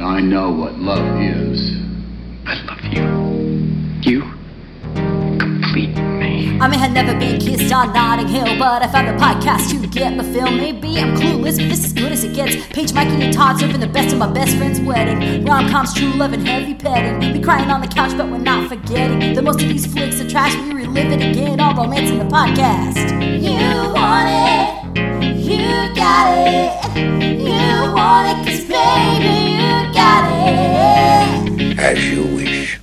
I know what love is. I love you. You complete me. I may have never been kissed on Notting Hill, but I found a podcast to get my fill. Maybe I'm clueless, but this is good as it gets. Paige, Mikey, and Todd serving the best at my best friend's wedding. Rom coms, true love, and heavy petting. Be crying on the couch, but we're not forgetting that most of these flicks are trash. We relive it again, all romance in the podcast. You want it, you got it. You want it, cause baby, you got it. As you wish.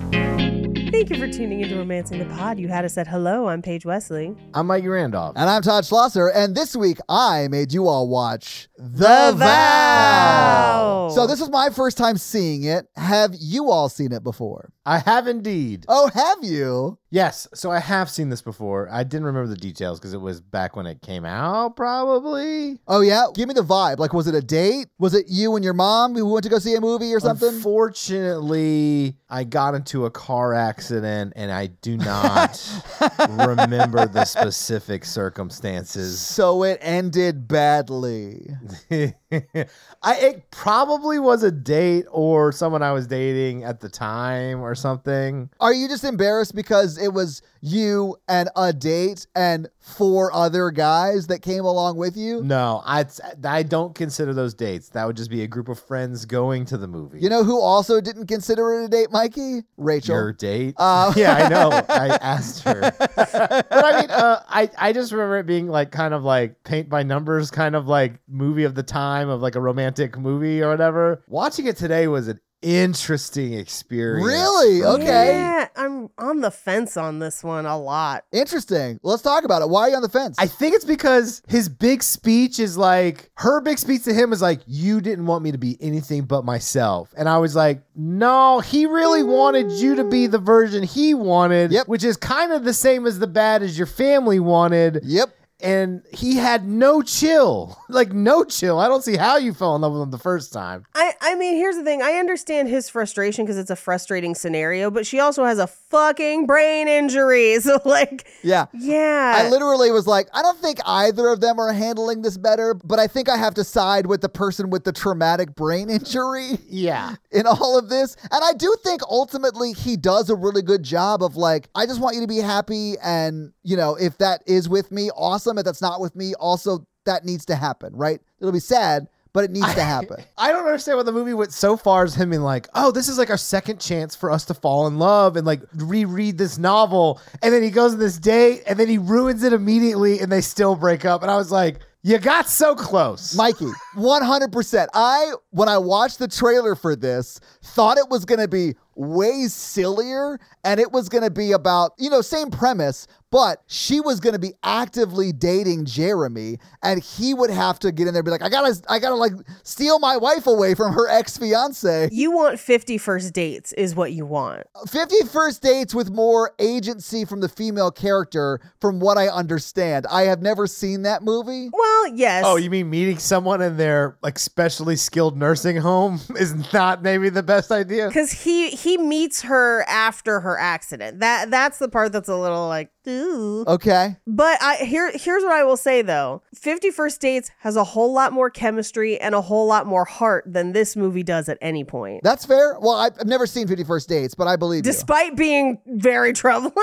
Thank you for tuning into Romancing the Pod. You had us at hello. I'm Paige Wesley. I'm Mikey Randolph. And I'm Todd Schlosser, and this week I made you all watch The Vow. So this is my first time seeing it. Have you all seen it before? I have indeed. Oh, have you? Yes, so I have seen this before. I didn't remember the details because it was back when it came out, probably. Oh yeah? Give me the vibe. Like was it a date? Was it you and your mom who went to go see a movie or something? Unfortunately, I got into a car accident and I do not remember the specific circumstances. so it ended badly. I it probably was a date or someone I was dating at the time or something. Are you just embarrassed because it was you and a date and four other guys that came along with you? No, I I don't consider those dates. That would just be a group of friends going to the movie. You know who also didn't consider it a date, Mikey? Rachel. your date. Uh, yeah, I know. I asked her, but I mean, uh, I I just remember it being like kind of like paint by numbers, kind of like movie of the time of like a romantic movie or whatever. Watching it today was an interesting experience. Really? for me. Okay. Yeah, I'm on the fence on this one a lot. Interesting. Let's talk about it. Why are you on the fence? I think it's because his big speech is like her big speech to him is like you didn't want me to be anything but myself, and I was like, no, he really wanted you to be the version he wanted, Yep. which is kind of the same as the bad as your family wanted, yep. and he had no chill, like no chill. I don't see how you fell in love with him the first time. I, I mean, here's the thing. I understand his frustration because it's a frustrating scenario, but she also has a fucking brain injury. So, like, Yeah. yeah. I literally was like, I don't think either of them are handling this better, but I think I have to side with the person with the traumatic brain injury Yeah, in all of this. And I do think ultimately he does a really good job of like, I just want you to be happy. And, you know, if that is with me, awesome. If that's not with me, also, that needs to happen, right? It'll be sad, but it needs to happen. I don't understand why the movie went so far as him being like, oh, this is like our second chance for us to fall in love and like reread this novel. And then he goes on this date and then he ruins it immediately and they still break up. And I was like, you got so close. Mikey, 100%. I, when I watched the trailer for this, thought it was going to be way sillier and it was going to be about, you know, same premise, but she was going to be actively dating Jeremy and he would have to get in there and be like, I got to, I got to like steal my wife away from her ex fiance. you want 50 first dates, is what you want. 50 first dates with more agency from the female character, from what I understand. I have never seen that movie. Well, yes. Oh, you mean meeting someone in their like specially skilled nursing home is not maybe the best idea? because he he meets her after her accident. That that's the part that's a little like ooh. Okay. But I here here's what I will say though. 50 First Dates has a whole lot more chemistry and a whole lot more heart than this movie does at any point. That's fair. Well, I- I've never seen 50 First Dates, but I believe you. Despite being very troubling,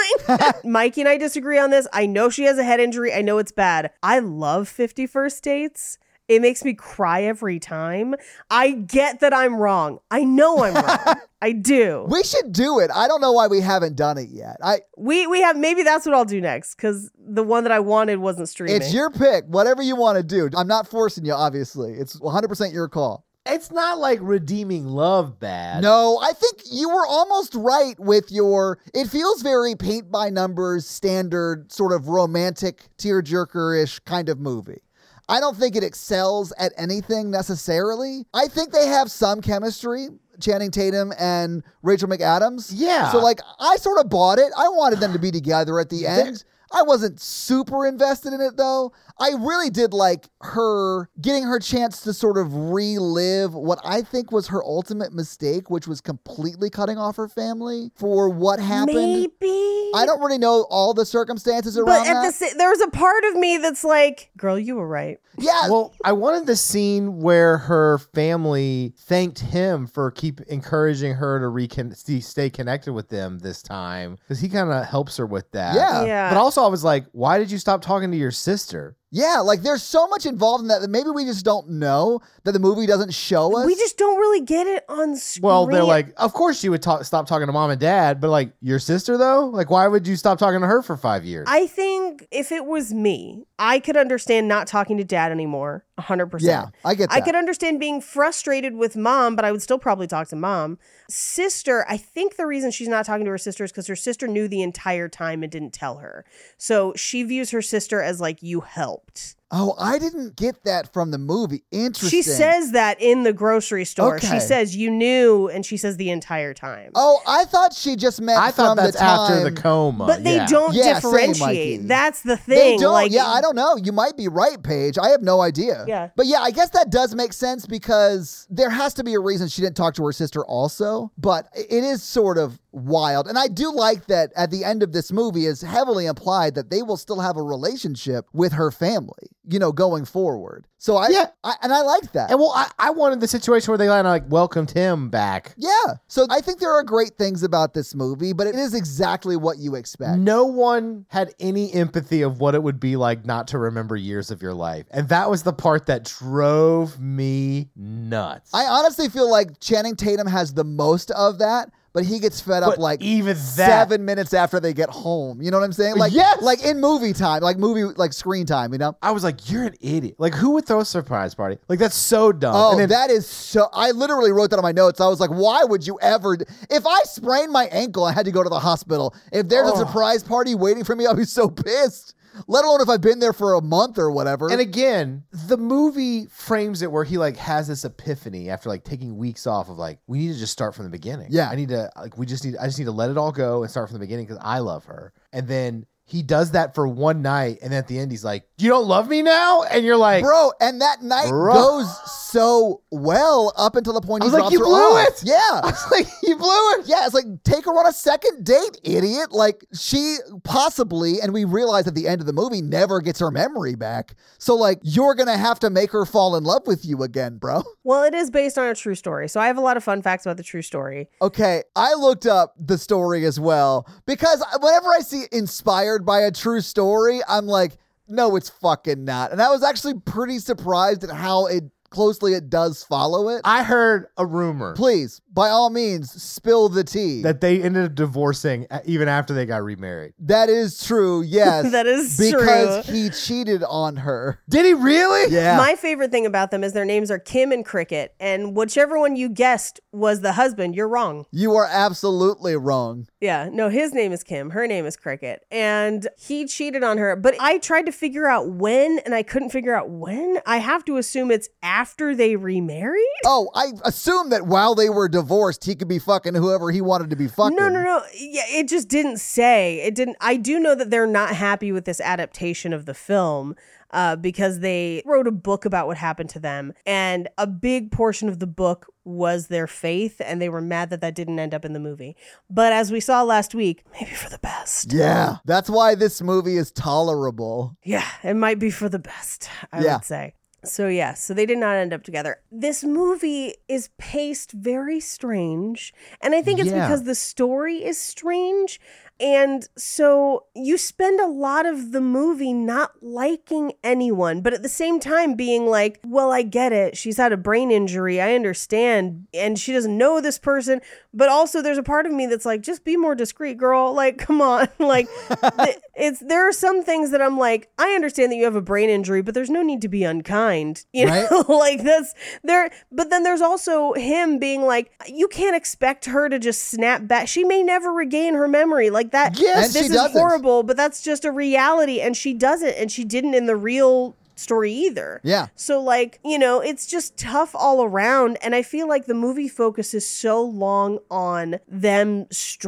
Mikey and I disagree on this. I know she has a head injury. I know it's bad. I love 50 First Dates. It makes me cry every time. I get that I'm wrong. I know I'm wrong. I do. We should do it. I don't know why we haven't done it yet. I We we have maybe that's what I'll do next because the one that I wanted wasn't streaming. it's your pick. Whatever you want to do. I'm not forcing you obviously. It's 100% your call. It's not like redeeming love bad. No, I think you were almost right with your. It feels very paint by numbers, standard, sort of romantic, tearjerker ish kind of movie. I don't think it excels at anything necessarily. I think they have some chemistry, Channing Tatum and Rachel McAdams. Yeah. So, like, I sort of bought it. I wanted them to be together at the end. I wasn't super invested in it though. I really did like her getting her chance to sort of relive what I think was her ultimate mistake, which was completely cutting off her family for what happened. Maybe. I don't really know all the circumstances around But at that. the sa- there's a part of me that's like, girl, you were right. yeah, Well, I wanted the scene where her family thanked him for keep encouraging her to recon- st- stay connected with them this time because he kind of helps her with that. Yeah. Yeah. But also, I was like, why did you stop talking to your sister? yeah. Like there's so much involved in that that maybe we just don't know that the movie doesn't show us. we just don't really get it on screen. Well, they're like, of course you would talk- stop talking to mom and dad, but like your sister though, like why would you stop talking to her for five years? I think if it was me, I could understand not talking to dad anymore. 100%. yeah, I get that. I could understand being frustrated with mom, but I would still probably talk to mom. Sister, I think the reason she's not talking to her sister is because her sister knew the entire time and didn't tell her. So she views her sister as like, you helped. oh, I didn't get that from the movie. Interesting. She says that in the grocery store. Okay. She says, you knew, and she says the entire time. Oh, I thought she just meant I thought from that's the time after the coma. But they yeah. don't Yeah, same, differentiate. Mikey. That's the thing. They don't. like, yeah, I don't know. You might be right, Paige. I have no idea. Yeah. But yeah, I guess that does make sense because there has to be a reason she didn't talk to her sister, also. But it is sort of wild. And I do like that at the end of this movie is heavily implied that they will still have a relationship with her family, you know, going forward. So I, Yeah. I and I like that. And well, I, I wanted the situation where they kind of like welcomed him back. yeah. So I think there are great things about this movie, but it is exactly what you expect. No one had any empathy of what it would be like not to remember years of your life. And that was the part that drove me nuts. I honestly feel like Channing Tatum has the most of that, but he gets fed up But like even that- seven minutes after they get home. You know what I'm saying? Like Yes! like in movie time, like movie like screen time. You know? I was like, you're an idiot. Like, who would throw a surprise party? Like, that's so dumb. Oh, Uh, And then- that is so. I literally wrote that on my notes. I was like, why would you ever? d- If I sprained my ankle, I had to go to the hospital. If there's Oh. a surprise party waiting for me, I'll be so pissed. Let alone if I've been there for a month or whatever. And again, the movie frames it where he like has this epiphany after like taking weeks off of like we need to just start from the beginning. Yeah. I need to like we just need I just need to let it all go and start from the beginning because I love her. And then he does that for one night, and at the end he's like, "You don't love me now," and you're like, bro. And that night Bro. goes so well up until the point I he was like, drops "You her blew off. it!" Yeah, I was like, "You blew it." Yeah, it's like take her on a second date, idiot. Like she possibly, and we realize at the end of the movie, never gets her memory back. So like you're gonna have to make her fall in love with you again, bro. Well, it is based on a true story. So I have a lot of fun facts about the true story. Okay, I looked up the story as well because whenever I see inspired by a true story, I'm like, no, it's fucking not. And I was actually pretty surprised at how it closely it does follow it. I heard a rumor Please, by all means, spill the tea. that they ended up divorcing uh, even after they got remarried. that is true. Yes, That is because true. he cheated on her. Did he really? Yeah. My favorite thing about them is their names are Kim and Cricket, and whichever one you guessed was the husband, you're wrong. you are absolutely wrong. Yeah, no, his name is Kim, her name is Cricket, and he cheated on her. But I tried to figure out when, and I couldn't figure out when. I have to assume it's after they remarried. Oh, I assume that while they were divorced, he could be fucking whoever he wanted to be fucking. No, no, no. Yeah, it just didn't say. It didn't. I do know that they're not happy with this adaptation of the film uh, because they wrote a book about what happened to them, and a big portion of the book was their faith, and they were mad that that didn't end up in the movie. But as we saw last week, maybe for the best. Yeah, that's why this movie is tolerable. Yeah, it might be for the best. I Yeah. would say. So yeah, so they did not end up together. This movie is paced very strange, and I think it's Yeah. because the story is strange. And so you spend a lot of the movie not liking anyone, but at the same time being like, well, I get it. She's had a brain injury. I understand. And she doesn't know this person. But also, there's a part of me that's like, just be more discreet, girl. Like, come on. like, th- it's there are some things that I'm like, I understand that you have a brain injury, but there's no need to be unkind. You Right? know, like that's there. But then there's also him being like, you can't expect her to just snap back. She may never regain her memory. Like that. Yes, this she is doesn't. horrible, but that's just a reality, and she doesn't, and she didn't in the real story either. Yeah. So like, you know, it's just tough all around and I feel like the movie focuses so long on them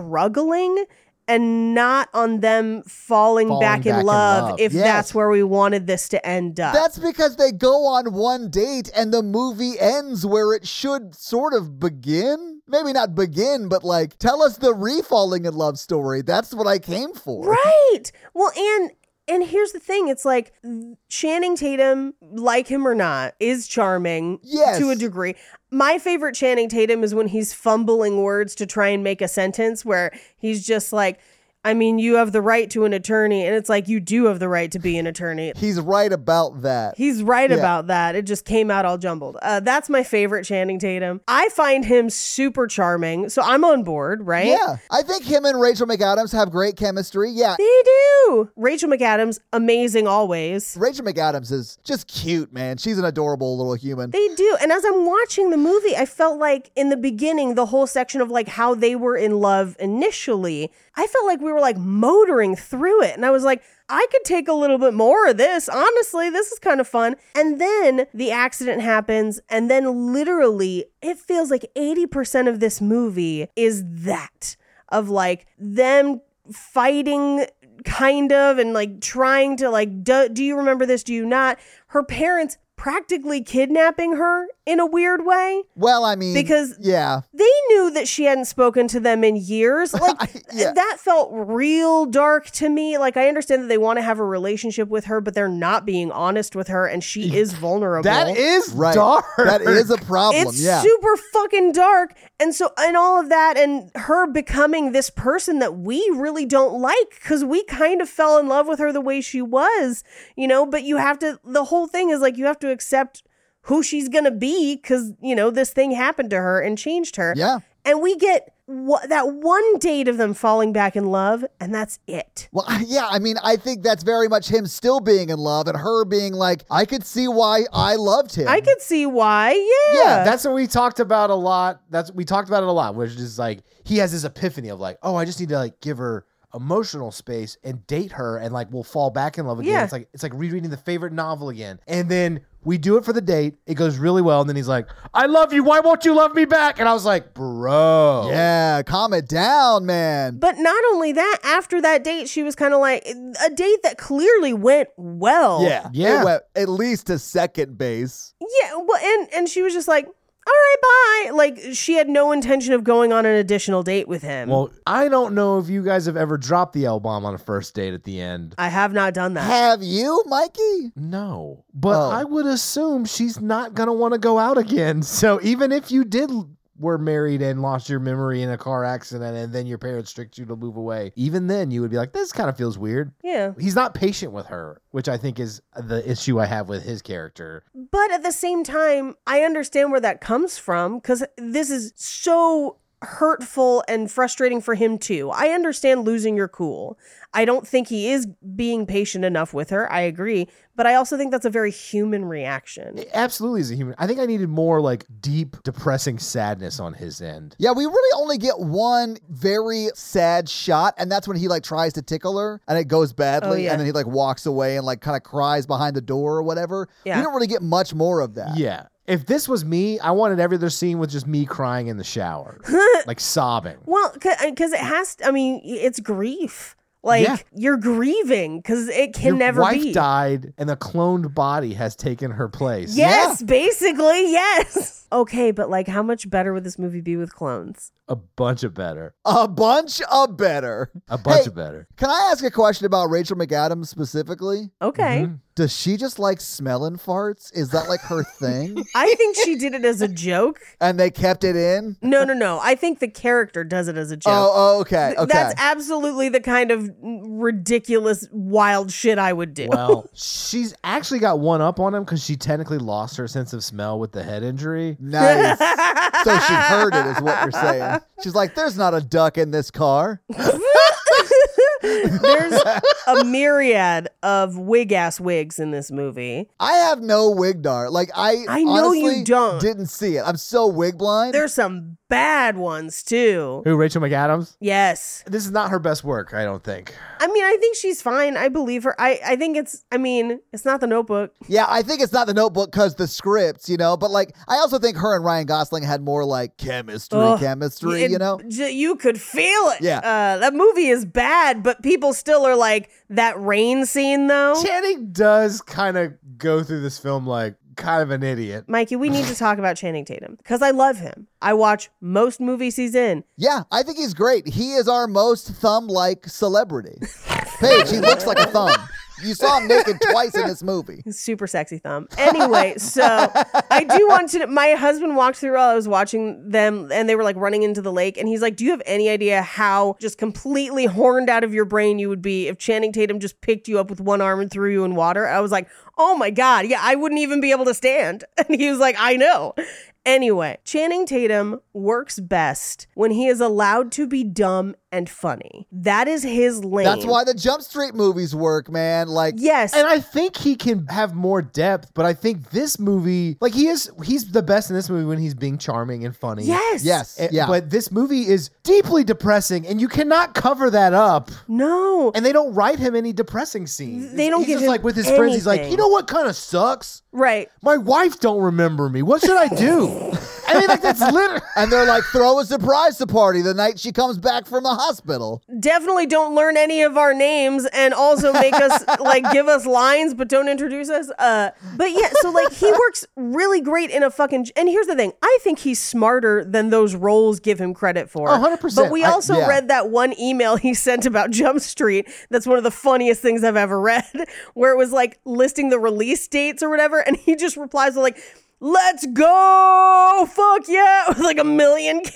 struggling and not on them falling, Falling back, back in, in love love. if Yes. that's where we wanted this to end up. That's because they go on one date and the movie ends where it should sort of begin. Maybe not begin, but like tell us the re-falling in love story. That's what I came for. Right. Well, and and here's the thing: it's like Channing Tatum, like him or not, is charming. Yes. To a degree. My favorite Channing Tatum is when he's fumbling words to try and make a sentence, where he's just like, "I mean, you have the right to an attorney," and it's like, "You do have the right to be an attorney." He's right about that. He's right Yeah. about that. It just came out all jumbled. Uh, that's my favorite Channing Tatum. I find him super charming, so I'm on board. Right? yeah. I think him and Rachel McAdams have great chemistry. Yeah. They do. Rachel McAdams, amazing always. Rachel McAdams is just cute, man. She's an adorable little human. They do. And as I'm watching the movie, I felt like in the beginning, the whole section of like how they were in love initially, I felt like we were like motoring through it. And I was like, I could take a little bit more of this. Honestly, this is kind of fun. And then the accident happens. And then literally, it feels like 80% of this movie is that of like them fighting kind of and like trying to like do, do you remember this do you not her parents practically kidnapping her in a weird way well, I mean, Because- yeah, they knew that she hadn't spoken to them in years like Yeah. that felt real dark to me like i understand that they want to have a relationship with her but they're not being honest with her and she is vulnerable That is right. dark. That is a problem. it's yeah. super fucking dark. And so, and all of that, and her becoming this person that we really don't like because we kind of fell in love with her the way she was, you know. But you have to, the whole thing is like, you have to accept who she's going to be because, you know, this thing happened to her and changed her. yeah. And we get wha- that one date of them falling back in love, and that's it. Well, I- yeah, I mean, I think that's very much him still being in love and her being like, I could see why I loved him. I could see why. Yeah. Yeah, that's what we talked about a lot. That's we talked about it a lot, which is like he has this epiphany of like, oh, I just need to like give her emotional space and date her, and like we'll fall back in love again. Yeah. It's like it's like rereading the favorite novel again, and then we do it for the date. It goes really well, and then he's like, I love you. Why won't you love me back? And I was like, bro, Yeah, calm it down, man. But not only that, after that date, she was kind of like a date that clearly went well. yeah, Yeah. It went at least to second base. Yeah. Well, and and she was just like, "All right, bye." Like she had no intention of going on an additional date with him. Well, I don't know if you guys have ever dropped the L bomb on a first date at the end. I have not done that. Have you, Mikey? No, but Oh. I would assume she's not gonna want to go out again. So even if you did were married and lost your memory in a car accident, and then your parents tricked you to move away, even then you would be like, "This kind of feels weird." Yeah. He's not patient with her, which I think is the issue I have with his character. But at the same time, I understand where that comes from because this is so hurtful and frustrating for him too. I understand losing your cool. I don't think he is being patient enough with her. I agree, but I also think that's a very human reaction. It absolutely is a human. I think I needed more like deep, depressing sadness on his end. Yeah, we really only get one very sad shot, and that's when he like tries to tickle her, and it goes badly, Oh, yeah. and then he like walks away and like kind of cries behind the door or whatever. Yeah. We don't really get much more of that. Yeah. If this was me, I wanted every other scene with just me crying in the shower, like sobbing. Well, because it has. I mean, it's grief. Like Yeah. you're grieving because it can Your never wife be. died and a cloned body has taken her place. Yes, basically, yes. Okay, but like, how much better would this movie be with clones? A bunch of better. A bunch of better. A bunch Hey, of better. Can I ask a question about Rachel McAdams specifically? Okay. Does she just like smelling farts? Is that like her thing? I think she did it as a joke. and they kept it in? No, no, no. I think the character does it as a joke. Oh, oh, okay. Th- Okay. That's absolutely the kind of ridiculous, wild shit I would do. Well, she's actually got one up on him because she technically lost her sense of smell with the head injury. nice. so she heard it, is what you're saying. She's like, there's not a duck in this car. There's a myriad of wig ass wigs in this movie. I have no wig dar. Like, I, I know you honestly don't. didn't see it. I'm so wig blind. There's some bad ones too. Who, Rachel McAdams? Yes. This is not her best work, I don't think. I mean, I think she's fine. I believe her. I, I think it's, I mean, it's not the notebook. Yeah, I think it's not the notebook because the scripts, you know, but like I also think her and Ryan Gosling had more like chemistry, Ugh. chemistry, It- you know? j- you could feel it. Yeah. Uh, that movie is bad, but people still are like, that rain scene though. Channing does kind of go through this film like kind of an idiot. Mikey, we need to talk about Channing Tatum because I love him. I watch most movies he's in. Yeah, I think he's great. He is our most thumb like celebrity. Paige, he looks like a thumb. You saw him naked twice in this movie. His super sexy thumb. Anyway, so I do want to. My husband walked through while I was watching them, and they were like running into the lake, and he's like, "Do you have any idea how just completely horned out of your brain you would be if Channing Tatum just picked you up with one arm and threw you in water?" I was like, "Oh my god, yeah, I wouldn't even be able to stand." And he was like, "I know." Anyway, Channing Tatum works best when he is allowed to be dumb and funny. That is his lane. That's why the Jump Street movies work, man. Like, Yes. And I think he can have more depth, but I think this movie, like he is, he's the best in this movie when he's being charming and funny. yes. yes, And- yeah. Eh, But this movie is deeply depressing, and you cannot cover that up. No. And they don't write him any depressing scenes. They don't he's give just him like with his friends. He's like, anything. you know what kind of sucks? right. My wife don't remember me. What should I do? I mean, like that's literally. and they're like, throw a surprise party the night she comes back from the hospital. definitely don't learn any of our names and also make us like give us lines but don't introduce us uh but yeah so like he works really great in a fucking and here's the thing i think he's smarter than those roles give him credit for Oh, 100%. but we I- also yeah. read that one email he sent about jump street that's one of the funniest things i've ever read where it was like listing the release dates or whatever and he just replies with like Let's go! Fuck yeah! With like a million Ks.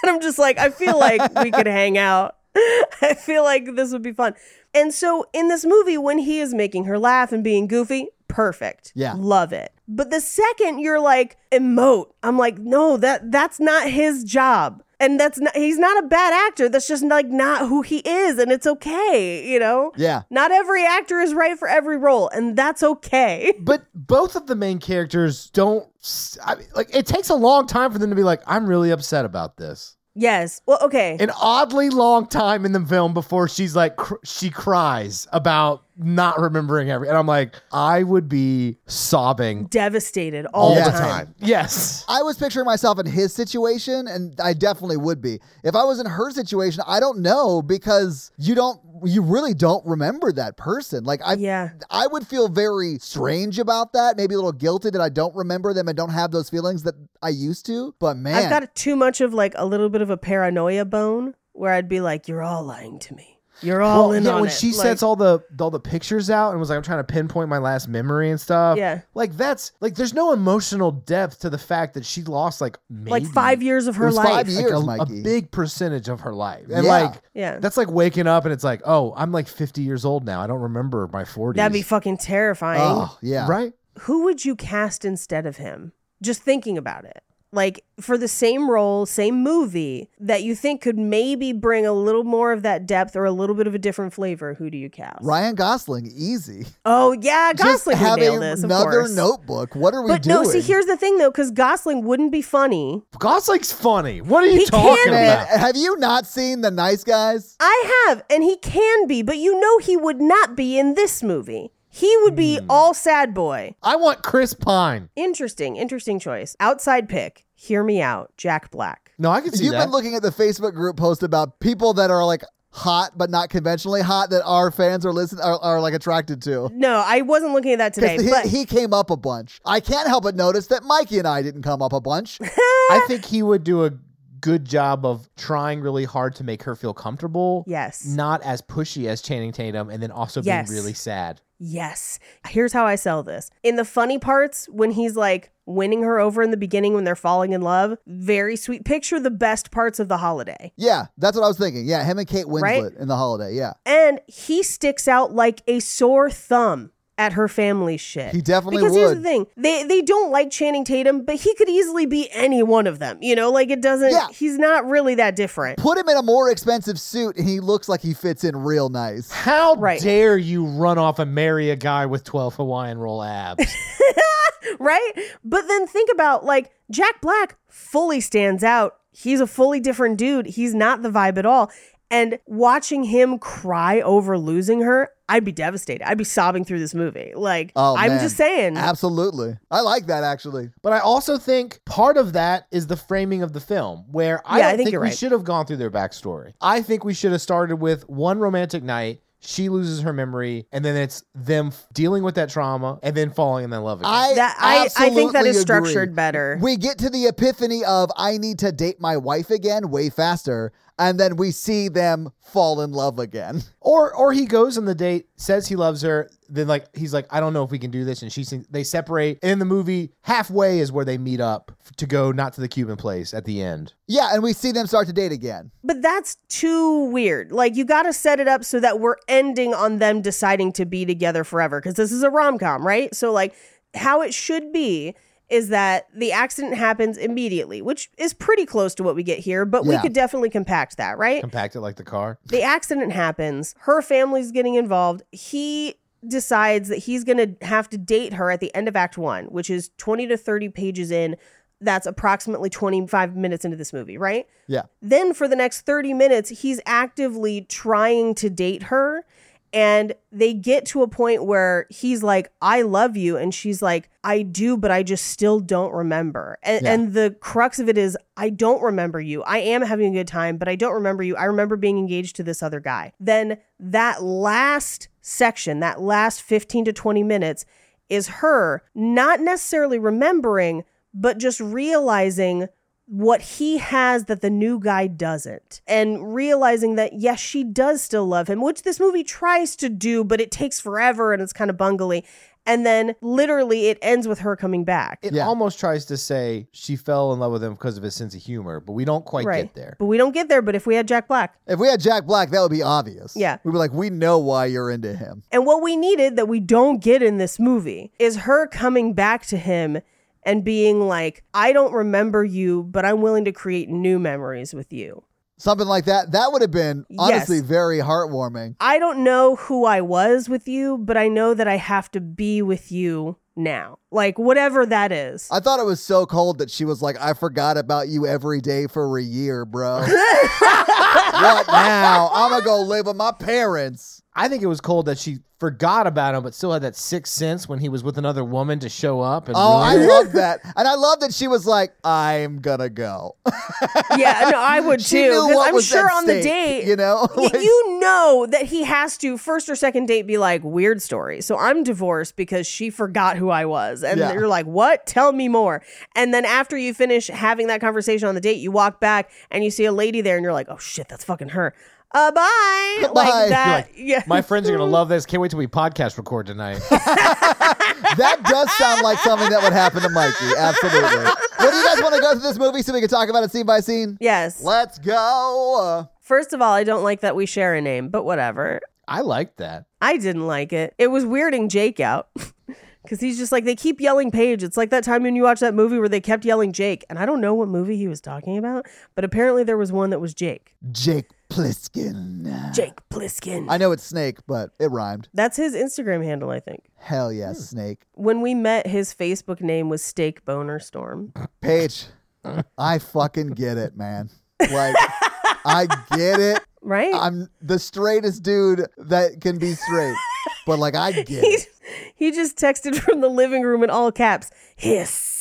And I'm just like, I feel like we could hang out. I feel like this would be fun. And so in this movie, when he is making her laugh and being goofy, perfect. Yeah. Love it. But the second you're like, emote, I'm like, no, that that's not his job. And that's not he's not a bad actor. That's just like not who he is, and it's okay, you know? Yeah. Not every actor is right for every role, and that's okay. But both of the main characters don't. s- I mean, like it takes a long time for them to be like, I'm really upset about this. Yes. Well, okay. An oddly long time in the film before she's like cr- she cries about not remembering every. And I'm like, I would be sobbing Devastated all all Yeah. the time. Yes. I was picturing myself in his situation, and I definitely would be. If I was in her situation, I don't know because you don't, you really don't remember that person. Like I, Yeah. I would feel very strange about that. Maybe a little guilty that I don't remember them and don't have those feelings that I used to. But man, I've got too much of like a little bit of a paranoia bone where I'd be like, "You're all lying to me. You're all Well, in yeah, on when it." she Like, sets all the all the pictures out and was like, I'm trying to pinpoint my last memory and stuff. Yeah. Like that's like there's no emotional depth to the fact that she lost like maybe like five years of It her was life. five years. like, a, a Mikey. big percentage of her life. And Yeah. like Yeah. that's like waking up and it's like, oh, I'm like 50 years old now. I don't remember my 40s. That'd be fucking terrifying. oh yeah, right. Who would you cast instead of him? Just thinking about it. Like for the same role, same movie that you think could maybe bring a little more of that depth or a little bit of a different flavor, who do you cast? Ryan Gosling, easy. Oh yeah, Gosling Just would having nail this. Of another course. notebook. What are we but doing? no, see, here's the thing though, because Gosling wouldn't be funny. Gosling's funny. What are you He talking can be. about? man, have you not seen the Nice Guys? I have, and he can be, but you know he would not be in this movie. He would be Hmm. all sad boy. I want Chris Pine. Interesting, interesting choice. Outside pick. Hear me out, Jack Black. No, I can see You've that. been looking at the Facebook group post about people that are like hot but not conventionally hot that our fans are listen are, are like attracted to. No, I wasn't looking at that today. Because but he, he came up a bunch. I can't help but notice that Mikey and I didn't come up a bunch. I think he would do a good job of trying really hard to make her feel comfortable. Yes. Not as pushy as Channing Tatum and then also Yes. being really sad. Yes. Here's how I sell this. In the funny parts, when he's like winning her over in the beginning when they're falling in love, very sweet. Picture the best parts of the holiday. yeah, that's what I was thinking. Yeah, him and Kate Winslet Right? in the holiday. Yeah. And he sticks out like a sore thumb at her family's shit. He definitely because here's the would. thing. They they don't like Channing Tatum, but he could easily be any one of them. You know, like it doesn't Yeah. he's not really that different. Put him in a more expensive suit and he looks like he fits in real nice. How Right. dare you run off and marry a guy with 12 Hawaiian roll abs? right? But then think about like Jack Black fully stands out. He's a fully different dude. He's not the vibe at all. And watching him cry over losing her, I'd be devastated. I'd be sobbing through this movie. Like Oh, I'm man. just saying. Absolutely. I like that actually. But I also think part of that is the framing of the film, where I Yeah, don't I think think, you're we right. should have gone through their backstory. I think we should have started with one romantic night. She loses her memory, and then it's them f- dealing with that trauma and then falling in love again. I That- I- I think that absolutely is agree. structured better. We get to the epiphany of I need to date my wife again way faster, and then we see them fall in love again. or or he goes on the date, says he loves her, then like he's like, I don't know if we can do this, and she sings, they separate. And in the movie, halfway is where they meet up f- to go not to the Cuban place at the end. Yeah, and we see them start to date again. But that's too weird. Like you got to set it up so that we're ending on them deciding to be together forever cuz this is a rom-com, right? So like how it should be is that the accident happens immediately, which is pretty close to what we get here, but we Yeah. could definitely compact that, right? Compact it like the car. The accident happens. Her family's getting involved. He decides that he's going to have to date her at the end of Act One, which is 20 to 30 pages in. That's approximately 25 minutes into this movie, right? Yeah. Then for the next 30 minutes, he's actively trying to date her. And they get to a point where he's like, I love you. And she's like, I do, but I just still don't remember. And, Yeah. and the crux of it is, I don't remember you. I am having a good time, but I don't remember you. I remember being engaged to this other guy. Then that last section, that last 15 to 20 minutes, is her not necessarily remembering, but just realizing what he has that the new guy doesn't and realizing that yes she does still love him which this movie tries to do but it takes forever and it's kind of bungly and then literally it ends with her coming back It Yeah. almost tries to say she fell in love with him because of his sense of humor, but we don't quite get there. but we don't get there but if we had jack black If we had Jack Black, that would be obvious. Yeah. We'd be like, we know why you're into him. And what we needed that we don't get in this movie is her coming back to him and being like, I don't remember you, but I'm willing to create new memories with you. Something like that. That would have been honestly Yes. very heartwarming. I don't know who I was with you, but I know that I have to be with you now. Like, whatever that is. I thought it was so cold that she was like, I forgot about you every day for a year, bro. what now? I'm going to go live with my parents. I think it was cold that she forgot about him, but still had that sixth sense when he was with another woman to show up. And Oh, I ruin it. love that. And I love that she was like, I'm going to go. yeah, no, I would She too. knew 'cause what I'm was sure at on the stake, date, you know? y- Like- you know that he has to first or second date be like weird story. So I'm divorced because she forgot who I was, and Yeah. you're like, what? Tell me more. And then after you finish having that conversation on the date, you walk back and you see a lady there, and you're like, oh shit, that's fucking her. Uh, bye. Bye. Like that. You're yeah. My friends are gonna love this. Can't wait till we podcast record tonight. That does sound like something that would happen to Mikey. Absolutely. What do you guys want to go through this movie so we can talk about it scene by scene? yes. Let's go. uh, First of all, I don't like that we share a name, but whatever. I liked that. I didn't like it. It was weirding Jake out because he's just like, they keep yelling Paige. It's like that time when you watch that movie where they kept yelling Jake. And I don't know what movie he was talking about, but apparently there was one that was Jake. Jake Pliskin. Jake Pliskin. I know it's Snake, but it rhymed. That's his Instagram handle, I think. Hell yes, Snake. When we met, his Facebook name was Steak Boner Storm. Paige, I fucking get it, man. Like, I get it. Right? I'm the straightest dude that can be straight. But like, I get it. he just texted from the living room in all caps, hiss.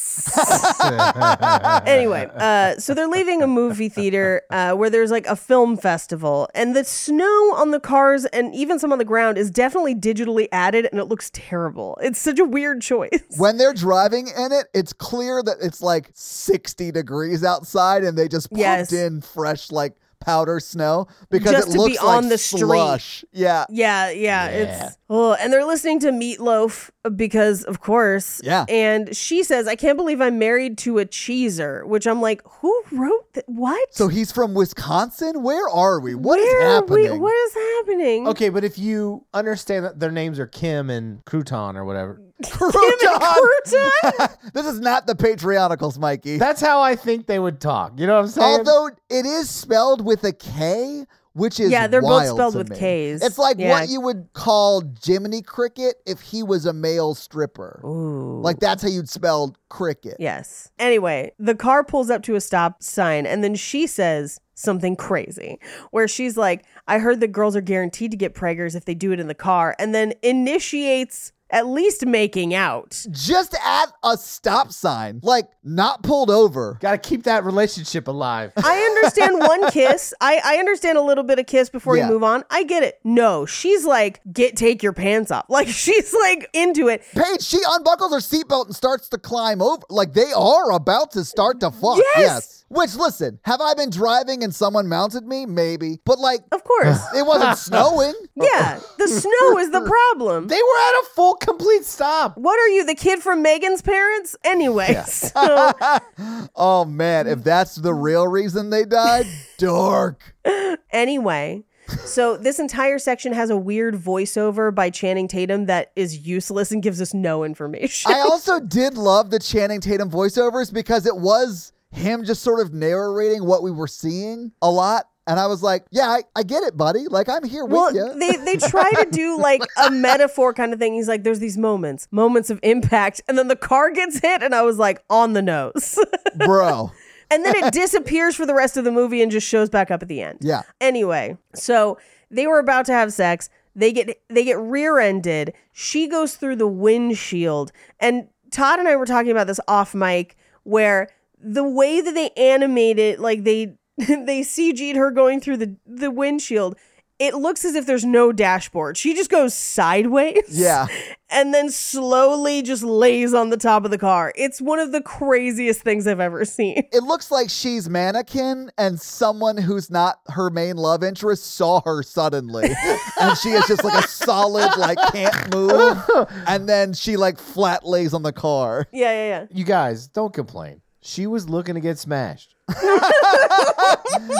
anyway, uh, so they're leaving a movie theater uh, where there's like a film festival, and the snow on the cars and even some on the ground is definitely digitally added, and it looks terrible. It's such a weird choice. when they're driving in it, it's clear that it's like 60 degrees outside and they just pumped Yes. in fresh, like powder snow because Just it to be looks like on the street. slush. Yeah. Yeah, yeah, it's oh, and they're listening to Meatloaf because, of course, Yeah. And she says, "I can't believe I'm married to a cheeser," which I'm like, "Who wrote that? What? So he's from Wisconsin? Where are we? What is Where are we- happening? what is happening? Okay, but if you understand that their names are Kim and Crouton or whatever, Crouton! this is not the Patrioticals, Mikey. that's how I think they would talk. You know what I'm saying? Although it is spelled with a K, which is Yeah, they're both wild spelled to with me. Ks. It's like Yeah. what you would call Jiminy Cricket if he was a male stripper. Ooh. Like that's how you'd spell cricket. Yes. Anyway, the car pulls up to a stop sign and then she says something crazy where she's like, I heard that girls are guaranteed to get preggers if they do it in the car, and then initiates at least making out. Just at a stop sign, like not pulled over. Got to keep that relationship alive. I understand one kiss. I, I understand a little bit of kiss before Yeah. you move on. I get it. No, she's like, get take your pants off. Like she's like into it. Paige, she unbuckles her seatbelt and starts to climb over. Like they are about to start to fuck. Yes! Which, listen, have I been driving and someone mounted me? Maybe. But like, Of course. it wasn't snowing. yeah. The snow is the problem. they were at a full, complete stop. what are you, the kid from Megan's parents? Anyway, so Oh man, if that's the real reason they died, dark. Anyway, so this entire section has a weird voiceover by Channing Tatum that is useless and gives us no information. I also did love the Channing Tatum voiceovers because it was him just sort of narrating what we were seeing a lot. And I was like, yeah, I, I get it, buddy. Like, I'm here well, with you. they they try to do like a metaphor kind of thing. He's like, "There's these moments, moments of impact," and then the car gets hit, and I was like, "On the nose." Bro. and then it disappears for the rest of the movie and just shows back up at the end. Yeah. Anyway, so they were about to have sex. They get they get rear-ended. She goes through the windshield. And Todd and I were talking about this off mic where the way that they animate it, like they they CG'd her going through the the windshield. It looks as if there's no dashboard. She just goes sideways. Yeah. And then slowly just lays on the top of the car. It's one of the craziest things I've ever seen. It looks like she's mannequin and someone who's not her main love interest saw her suddenly. and she is just like a solid, like, can't move. And then she, like, flat lays on the car. Yeah, yeah, yeah. You guys, don't complain. She was looking to get smashed.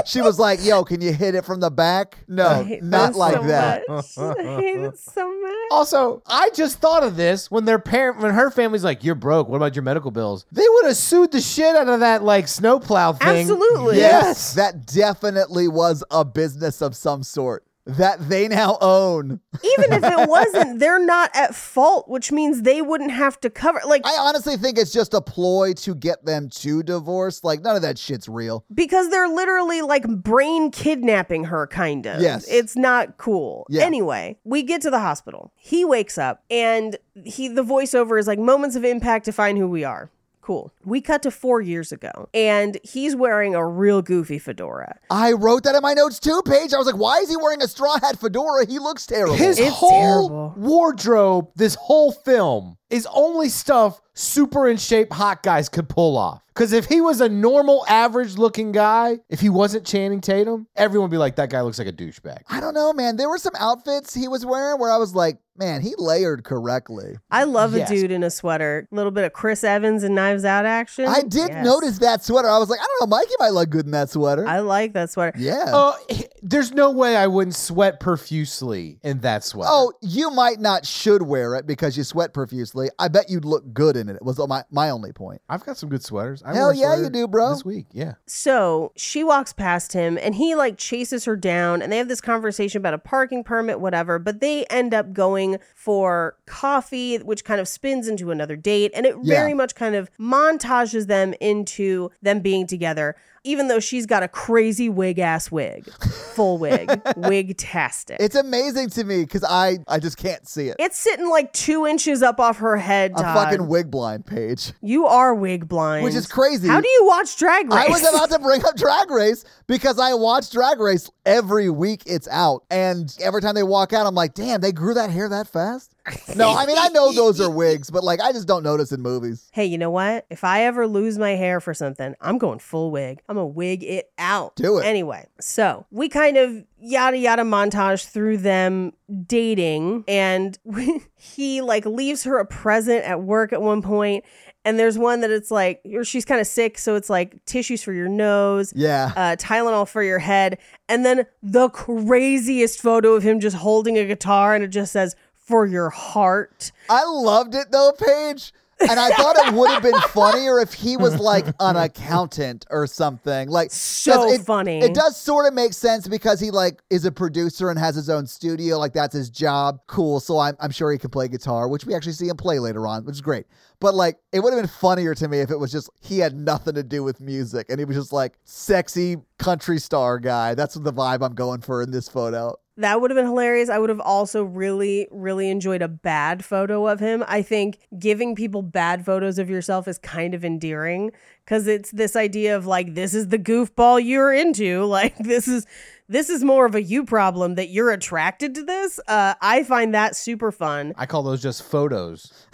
She was like, yo, can you hit it from the back? No, hate Oh, not this like so that. much. I hate it so much. Also, I just thought of this when their parent, when her family's like, "You're broke. What about your medical bills?" They would have sued the shit out of that like snowplow thing. Absolutely. Yes. That definitely was a business of some sort that they now own. Even if it wasn't, they're not at fault, which means they wouldn't have to cover. Like, I honestly think it's just a ploy to get them to divorce. Like, none of that shit's real. because they're literally like brain kidnapping her, kind of. Yes. It's not cool. Yeah. Anyway, we get to the hospital. He wakes up and he the voiceover is like moments of impact define who we are. Cool. We cut to four years ago, and he's wearing a real goofy fedora. I wrote that in my notes too, Paige. I was like, why is he wearing a straw hat fedora? He looks terrible. His It's whole terrible. wardrobe, this whole film, is only stuff super in shape hot guys could pull off. Because if he was a normal, average looking guy, if he wasn't Channing Tatum, everyone would be like, that guy looks like a douchebag. I don't know, man. There were some outfits he was wearing where I was like, man, he layered correctly. I love Yes. a dude in a sweater. A little bit of Chris Evans and Knives Out action. I did Yes. notice that sweater. I was like, I don't know, Mikey might look good in that sweater. I like that sweater. yeah. Oh, h- there's no way I wouldn't sweat profusely in that sweater. Oh, you might not should wear it because you sweat profusely. I bet you'd look good in it. It was my, my only point. I've got some good sweaters. I Hell wore a yeah, you sweater do, bro. This week, yeah. So she walks past him and he like chases her down and they have this conversation about a parking permit, whatever. But they end up going for coffee, which kind of spins into another date. And it Yeah. very much kind of montages them into them being together. even though she's got a crazy wig ass wig, full wig, wig tastic. It's amazing to me because I I just can't see it. It's sitting like two inches up off her head. I'm Todd. fucking wig blind, Paige. You are wig blind, Which is crazy. How do you watch Drag Race? I was about to bring up Drag Race because I watch Drag Race every week. It's out, and every time they walk out, I'm like, "Damn, they grew that hair that fast." No, I mean I know those are wigs, but like I just don't notice in movies. hey, you know what? If I ever lose my hair for something, I'm going full wig. I'm gonna wig it out. Do it. Anyway, so we kind of yada yada montage through them dating, and he like leaves her a present at work at one point, and there's one that it's like, or she's kind of sick, so it's like tissues for your nose. Yeah, Uh, Tylenol for your head, and then the craziest photo of him just holding a guitar, and it just says "for your heart." I loved it though, Paige. And I thought it would have been funnier if he was like an accountant or something. Like 'cause So it- funny. It does sort of make sense because he like is a producer and has his own studio. Like that's his job. Cool. So I'm I'm sure he can play guitar, which we actually see him play later on, which is great. But like it would have been funnier to me if it was just he had nothing to do with music and he was just like sexy country star guy. That's the vibe I'm going for in this photo. That would have been hilarious. I would have also really, really enjoyed a bad photo of him. I think giving people bad photos of yourself is kind of endearing because it's this idea of like, this is the goofball you're into. Like, this is. This is more of a you problem that you're attracted to this. Uh, I find that super fun. I call those just photos.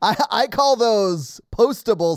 I, I call those postable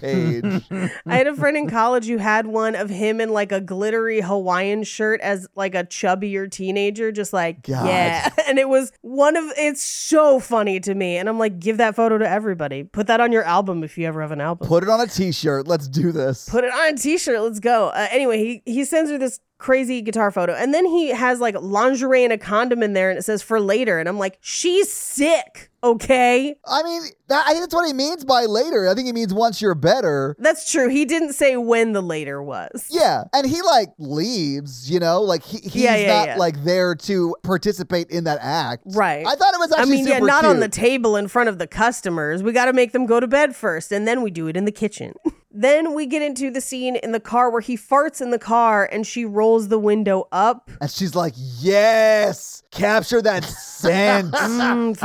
Paige. I had a friend in college who had one of him in like a glittery Hawaiian shirt as like a chubbier teenager, just like God. yeah. And it was one of it's so funny to me, and I'm like, give that photo to everybody. Put that on your album if you ever have an album. Put it on a t-shirt. Let's do this. Put it on a t-shirt. Let's go. Uh, anyway, he he sends her this crazy guitar photo, and then he has like lingerie and a condom in there, and it says for later. And I'm like, she's sick. Okay, I mean, that, I think that's what he means by later. I think he means once you're better. that's true. He didn't say when the later was. Yeah, and he like leaves, you know, like he, he's Yeah, yeah, not yeah. like there to participate in that act. Right. I thought it was I actually mean, yeah, super not on the cute. table in front of the customers. We got to make them go to bed first, and then we do it in the kitchen. then we get into the scene in the car where he farts in the car and she rolls the window up. and she's like, "Yes, capture that scent." Mm,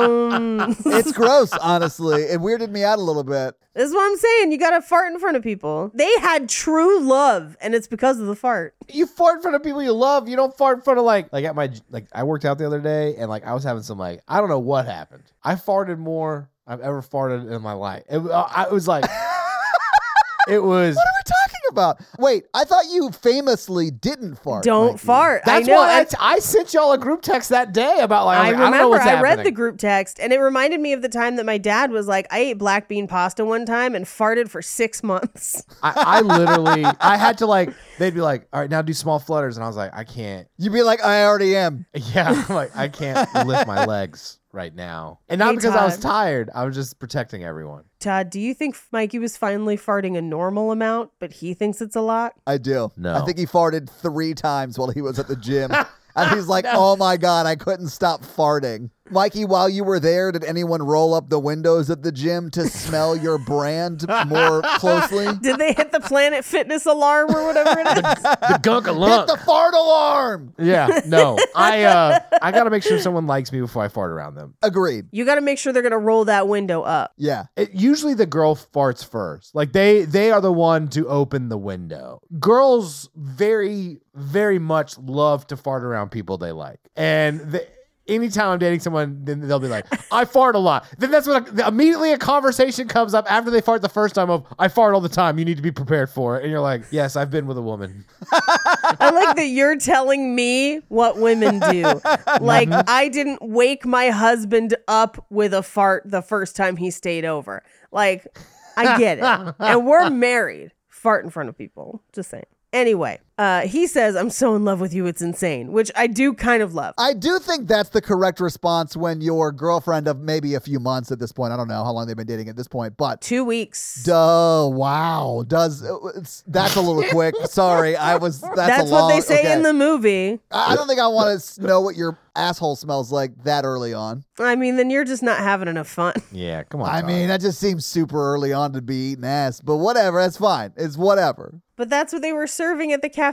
pheromones. it's gross, honestly. It weirded me out a little bit. this is what I'm saying. You got to fart in front of people. They had true love, and it's because of the fart. you fart in front of people you love. You don't fart in front of like like at my like I worked out the other day and like I was having some like I don't know what happened. I farted more I've ever farted in my life. It, uh, I was like, it was. What are we talking about? Wait, I thought you famously didn't fart. Don't Mikey. fart. That's I know. why I, and- t- I sent y'all a group text that day about like I, I was like, I don't know remember what's I, read happening. the group text and it reminded me of the time that my dad was like, I ate black bean pasta one time and farted for six months. I, I literally I had to like they'd be like all right now do small flutters and I was like I can't You'd be like, I already am. yeah I'm like I can't lift my legs right now and not Hey, because I was Todd. tired I was just protecting everyone. Todd, do you think Mikey was finally farting a normal amount, but he thinks it's a lot? I do. No. I think he farted three times while he was at the gym. and he's like, oh my God, I couldn't stop farting. Mikey, while you were there, did anyone roll up the windows at the gym to smell your brand more closely? Hit Did they hit the Planet Fitness alarm or whatever it is? The gunk of the fart alarm. Yeah, no. I uh I gotta make sure someone likes me before I fart around them. Agreed. You got to make sure they're going to roll that window up. Yeah. It, usually the girl farts first. Like they they are the one to open the window. Girls very very much love to fart around people they like, and they, anytime I'm dating someone, then they'll be like, "I fart a lot." Then that's what immediately a conversation comes up after they fart the first time of, "I fart all the time. You need to be prepared for it." And you're like, "Yes, I've been with a woman." I like that you're telling me what women do. Like, I didn't wake my husband up with a fart the first time he stayed over. Like, I get it. And we're married. Fart in front of people. Just saying. Anyway, Uh, he says, I'm so in love with you, it's insane, which I do kind of love. I do think that's the correct response when your girlfriend of maybe a few months at this point, I don't know how long they've been dating at this point, but Two weeks. duh, wow, does uh, it's, that's a little quick. Sorry, I was that's, That's a what long, they say okay. in the movie. I I don't think I want to know what your asshole smells like that early on. I mean, then you're just not having enough fun. Yeah, come on. I Todd. mean, that just seems super early on to be eating ass, but whatever, that's fine. It's whatever. But that's what they were serving at the cafe.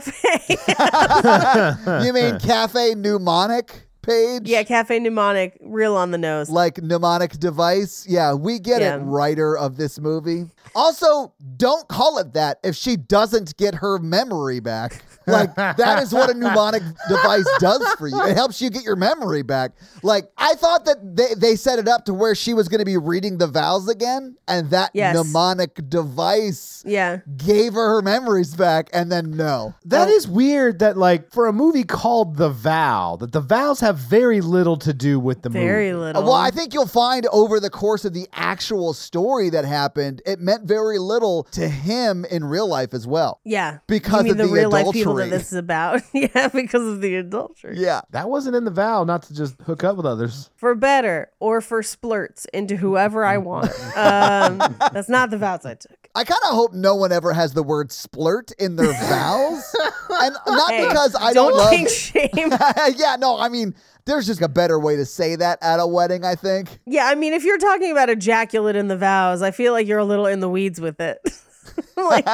you mean cafe mnemonic page? yeah, Cafe Mnemonic, real on the nose. Like mnemonic device. Yeah, we get Yeah. it, writer of this movie. Also, don't call it that if she doesn't get her memory back. Like, that is what a mnemonic device does for you. It helps you get your memory back. Like, I thought that they, they set it up to where she was going to be reading the vowels again, and that Yes. mnemonic device yeah. gave her her memories back, and then no. That is weird that like for a movie called The Vow, that the vows have very little to do with the Very movie. little. Uh, Well, I think you'll find over the course of the actual story that happened, it meant very little to him in real life as well. yeah. because you mean of the, the real life people that adultery. this is about. yeah, because of the adultery. Yeah. That wasn't in the vow not to just hook up with others. For better or for splurts into whoever I want. um, that's not the vows I took. I kind of hope no one ever has the word splurt in their vowels. and not Hey, because I don't don't, love kink shame. yeah, no, I mean, there's just a better way to say that at a wedding, I think. yeah, I mean, if you're talking about ejaculate in the vows, I feel like you're a little in the weeds with it. like,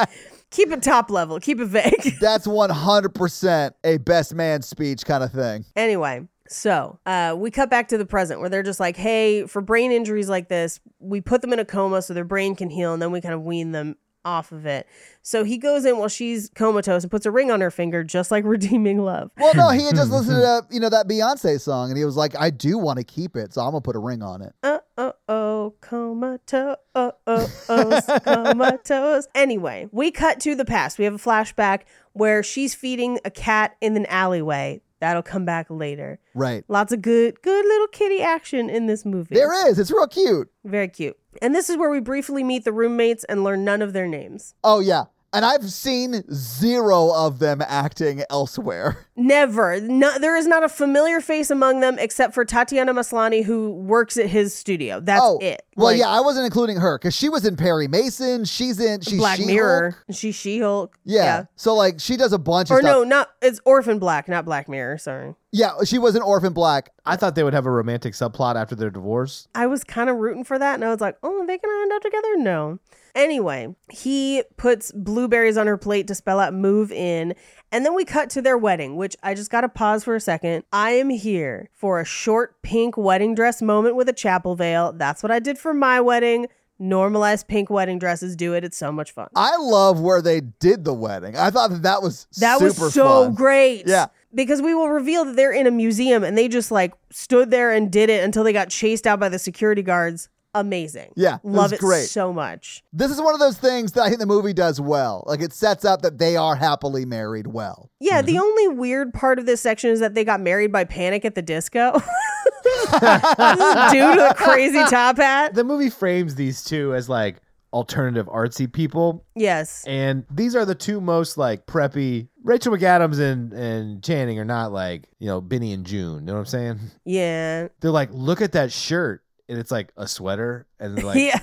keep it top level, keep it vague. That's 100% a best man speech kind of thing. Anyway, so uh, we cut back to the present where they're just like, hey, for brain injuries like this, we put them in a coma so their brain can heal and then we kind of wean them off of it. So he goes in while she's comatose and puts a ring on her finger, just like redeeming love. Well, no, he had just listened to, you know, that Beyonce song and he was like, I do want to keep it, so I'm going to put a ring on it. Uh oh oh comatose oh oh oh comatose. Anyway, we cut to the past. We have a flashback where she's feeding a cat in an alleyway. That'll come back later. Right. Lots of good, good little kitty action in this movie. There is. It's real cute. Very cute. And this is where we briefly meet the roommates and learn none of their names. Oh, yeah. And I've seen zero of them acting elsewhere. Never. No, there is not a familiar face among them except for Tatiana Maslani, who works at his studio. That's oh, it. Well, Like, yeah, I wasn't including her because she was in Perry Mason. She's in she's Black She-Hulk. Mirror. She She Hulk. Yeah. So like she does a bunch Or of stuff. no, not it's Orphan Black, not Black Mirror. Sorry. Yeah, she was in Orphan Black. I thought they would have a romantic subplot after their divorce. I was kind of rooting for that, and I was like, oh, are they gonna end up together? No. Anyway, he puts blueberries on her plate to spell out move in, and then we cut to their wedding, which I just gotta pause for a second. I am here for a short pink wedding dress moment with a chapel veil. That's what I did for my wedding. Normalize pink wedding dresses, do it. It's so much fun. I love where they did the wedding. I thought that that was That super was so fun. great. Yeah. Because we will reveal that they're in a museum and they just like stood there and did it until they got chased out by the security guards. Amazing. Yeah, it Love was it great. so much. This is one of those things that I think the movie does well. Like it sets up that they are happily married well. Yeah, the only weird part of this section is that they got married by panic at the disco. This Dude with a crazy top hat. The movie frames these two as like alternative artsy people Yes. and these are the two most like preppy Rachel McAdams and and Channing are not like, you know, Benny and June, you know what I'm saying? Yeah. They're like, "Look at that shirt." And it's like a sweater and they're like yeah.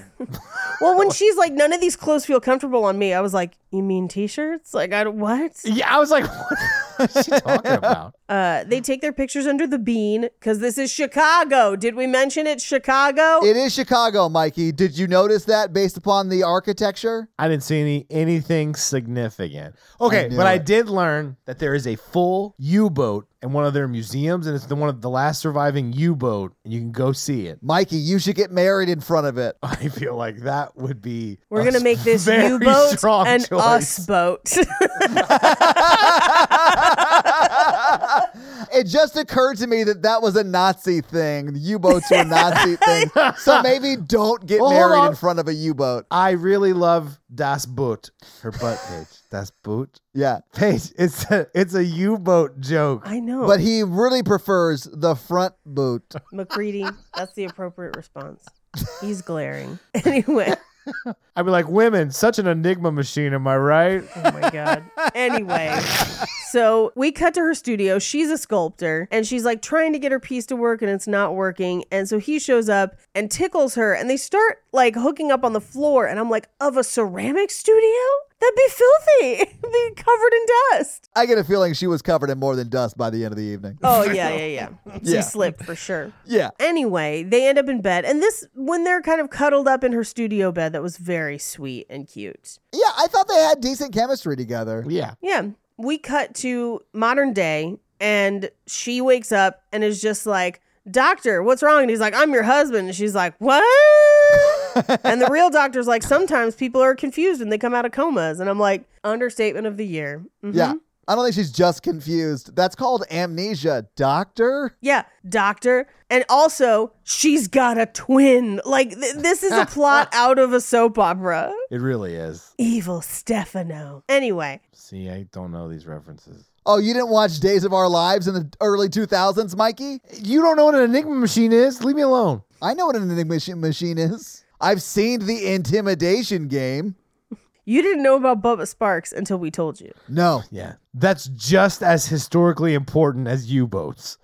well, when she's like, none of these clothes feel comfortable on me, I was like, you mean t shirts? Like, I don't, what? Yeah, I was like, what is she talking about? Uh, they take their pictures under the bean because this is Chicago. Did we mention it's Chicago? It is Chicago, Mikey. Did you notice that based upon the architecture? I didn't see any anything significant. Okay, I knew but I it. did learn that there is a full U-boat in one of their museums, and it's the one of the last surviving U-boat, and you can go see it. Mikey, you should get married in front of it. I feel like that would be We're a going to make this very U boat strong an us choice. boat. It just occurred to me that that was a Nazi thing. U boats were Nazi things. So maybe don't get Well, hold married on. in front of a U boat. I really love Das Boot, her butt page. das Boot Yeah. page. It's a it's a U-boat joke. I know. But he really prefers the front boot. McCready, that's the appropriate response. He's glaring. Anyway. I'd be like, women, such an enigma machine, am I right? Oh my god. Anyway, so we cut to her studio. She's a sculptor and she's like trying to get her piece to work and it's not working. And so he shows up and tickles her and they start like hooking up on the floor and I'm like, "Of a ceramic studio? That'd be filthy. It'd be covered in dust." I get a feeling she was covered in more than dust by the end of the evening. Oh yeah, yeah, yeah. She Yeah. slipped for sure. Yeah. Anyway, they end up in bed. And this when they're kind of cuddled up in her studio bed that was very sweet and cute. Yeah, I thought they had decent chemistry together. yeah. Yeah. We cut to modern day and she wakes up and is just like, Doctor, what's wrong? And he's like, I'm your husband. And she's like, What? and the real doctor's like, Sometimes people are confused when they come out of comas. And I'm like, Understatement of the year. Mhm. Yeah. I don't think she's just confused. That's called amnesia, doctor. Yeah, doctor. And also, she's got a twin. Like, th- this is a plot out of a soap opera. It really is. Evil Stefano. Anyway, See, I don't know these references. Oh, you didn't watch Days of Our Lives in the early 2000s, Mikey? You don't know what an enigma machine is? Leave me alone. I know what an enigma machi- machine is. I've seen the intimidation game. you didn't know about Bubba Sparks until we told you. No. Yeah. That's just as historically important as U boats.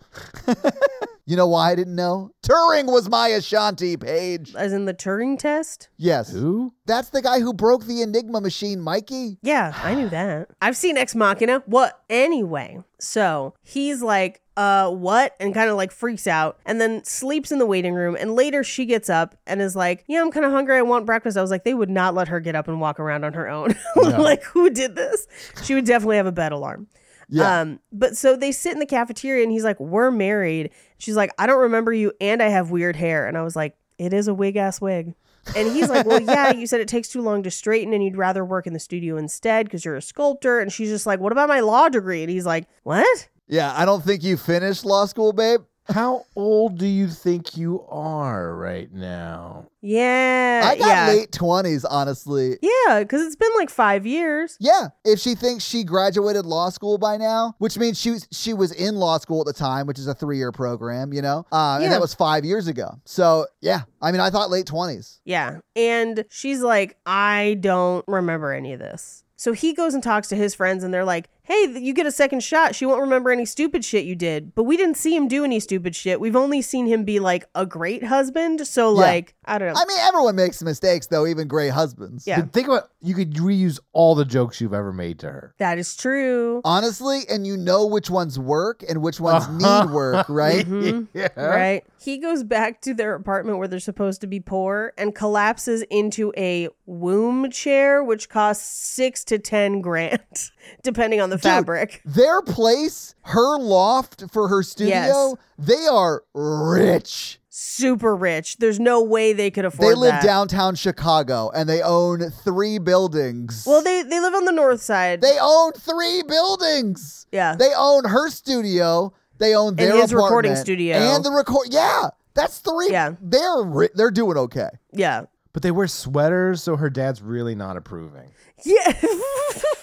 You know why I didn't know? Turing was my Ashanti page. As in the Turing test? Yes. Who? That's the guy who broke the enigma machine, Mikey. Yeah, I knew that. I've seen Ex Machina. What? Anyway, so he's like, uh, what? And kind of like freaks out and then sleeps in the waiting room. And later she gets up and is like, yeah, I'm kind of hungry. I want breakfast. I was like, they would not let her get up and walk around on her own. like, who did this? She would definitely have a bed alarm. Yeah. Um, but so they sit in the cafeteria and he's like, We're married. She's like, I don't remember you and I have weird hair. And I was like, It is a wig ass wig. And he's like, Well, yeah, you said it takes too long to straighten and you'd rather work in the studio instead because you're a sculptor. And she's just like, What about my law degree? And he's like, What? Yeah, I don't think you finished law school, babe. How old do you think you are right now? Yeah. I got uh, yeah. late 20s, honestly. Yeah, because it's been like five years. Yeah, if she thinks she graduated law school by now, which means she was, she was in law school at the time, which is a three year program, you know, uh, Yeah. and that was five years ago. So yeah, I mean, I thought late twenties. Yeah. And she's like, I don't remember any of this. So he goes and talks to his friends, and they're like, Hey, th- you get a second shot. She won't remember any stupid shit you did. But we didn't see him do any stupid shit. We've only seen him be like a great husband. So, like, I don't know. I mean, everyone makes mistakes though, even gray husbands. Yeah. Think about you could reuse all the jokes you've ever made to her. that is true. Honestly, and you know which ones work and which ones need work, right? Mm-hmm. Right. He goes back to their apartment where they're supposed to be poor and collapses into a womb chair, which costs six to 10 grand, depending on the fabric. Their place, her loft for her studio, Yes. they are rich. Super rich. There's no way they could afford they live that. downtown Chicago and they own three buildings. Well, they they live on the north side. They own three buildings. Yeah. They own her studio. They own their his recording apartment, studio. and the record. Yeah, that's three. Yeah. they're ri- they're doing okay. yeah. But they wear sweaters, so her dad's really not approving. Yeah.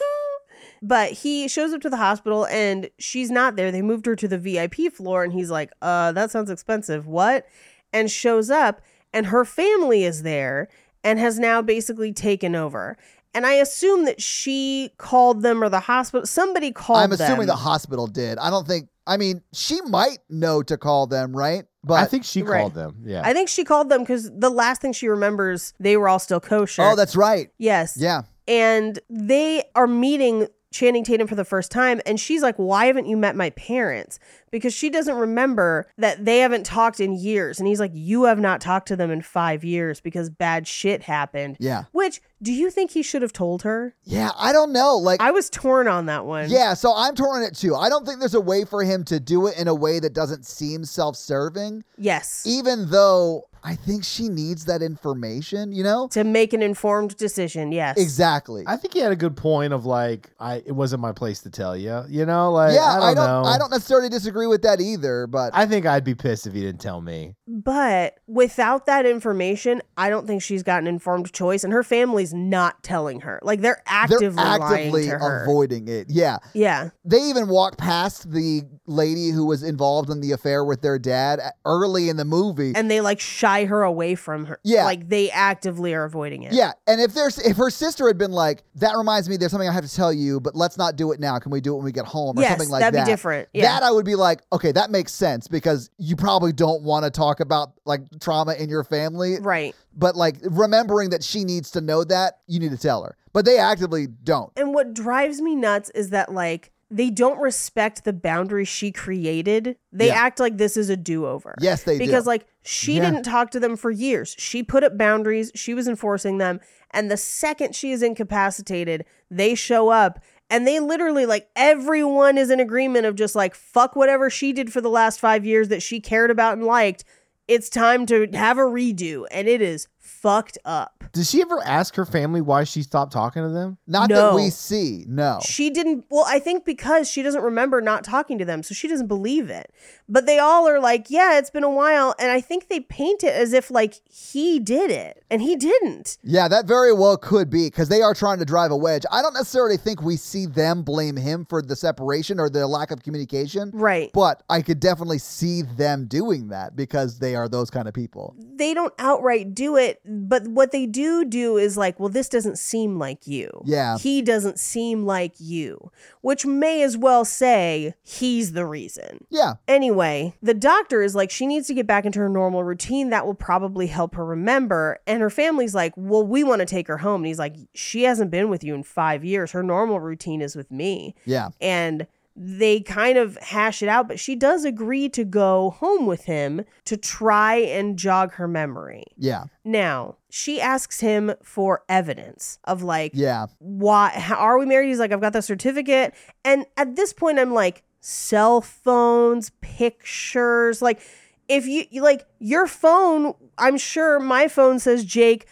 but he shows up to the hospital and she's not there. They moved her to the VIP floor and he's like, "Uh, that sounds expensive. What?" And shows up and her family is there and has now basically taken over. And I assume that she called them or the hospital somebody called I'm assuming them. the hospital did. I don't think. I mean, she might know to call them, right? But I think she Right. called them. Yeah. I think she called them cuz the last thing she remembers they were all still kosher. Oh, that's right. Yes. Yeah. and they are meeting Channing Tatum for the first time. And she's like, Why haven't you met my parents? Because she doesn't remember that they haven't talked in years. And he's like, You have not talked to them in five years because bad shit happened. Yeah. Which do you think he should have told her? Yeah. I don't know. Like, I was torn on that one. yeah. So I'm torn on it too. I don't think there's a way for him to do it in a way that doesn't seem self-serving, Yes. even though I think she needs that information. You know. to make an informed decision. Yes. Exactly. I think he had a good point of like, I it wasn't my place to tell you. You know, like yeah, I don't, know. I don't necessarily disagree with that either, but I think I'd be pissed if he didn't tell me. But without that information, I don't think she's got an informed choice. And her family's not telling her. Like they're actively, they're lying actively to her. avoiding it. Yeah. yeah. They even walk past the lady who was involved in the affair with their dad early in the movie. and they like shy pry her away from her. Yeah. Like they actively are avoiding it. Yeah, and if there's if her sister had been like, that reminds me, there's something I have to tell you, but let's not do it now. Can we do it when we get home or Yes, something like that'd be that? different. Yeah. That I would be like, okay, that makes sense because you probably don't want to talk about like trauma in your family, Right. but like remembering that she needs to know that you need to tell her. But they actively don't. And what drives me nuts is that like they don't respect the boundaries she created. They Yeah. act like this is a do-over. Yes, they do. because like she Yeah. didn't talk to them for years. She put up boundaries, she was enforcing them, and the second she is incapacitated, they show up and they literally like everyone is in agreement of just like fuck whatever she did for the last 5 years that she cared about and liked. It's time to have a redo and it is fucked up. Did she ever ask her family why she stopped talking to them? Not No. that we see. No. She didn't. Well, I think because she doesn't remember not talking to them, so she doesn't believe it. But they all are like, "Yeah, it's been a while," and I think they paint it as if like he did it, and he didn't. Yeah, that very well could be because they are trying to drive a wedge. I don't necessarily think we see them blame him for the separation or the lack of communication. Right. But I could definitely see them doing that because they are those kind of people. They don't outright do it, but what they do do is like, "Well, this doesn't seem like you. Yeah. he doesn't seem like you," which may as well say he's the reason. Yeah. Anyway, the doctor is like, she needs to get back into her normal routine. That will probably help her remember. And her family's like, well, we want to take her home. And he's like, she hasn't been with you in five years. Her normal routine is with me. Yeah. And they kind of hash it out, but she does agree to go home with him to try and jog her memory. Yeah. Now, she asks him for evidence of like, Yeah. why how, are we married he's like i've got the certificate and at this point i'm like cell phones pictures like if you you- like your phone i'm sure my phone says jake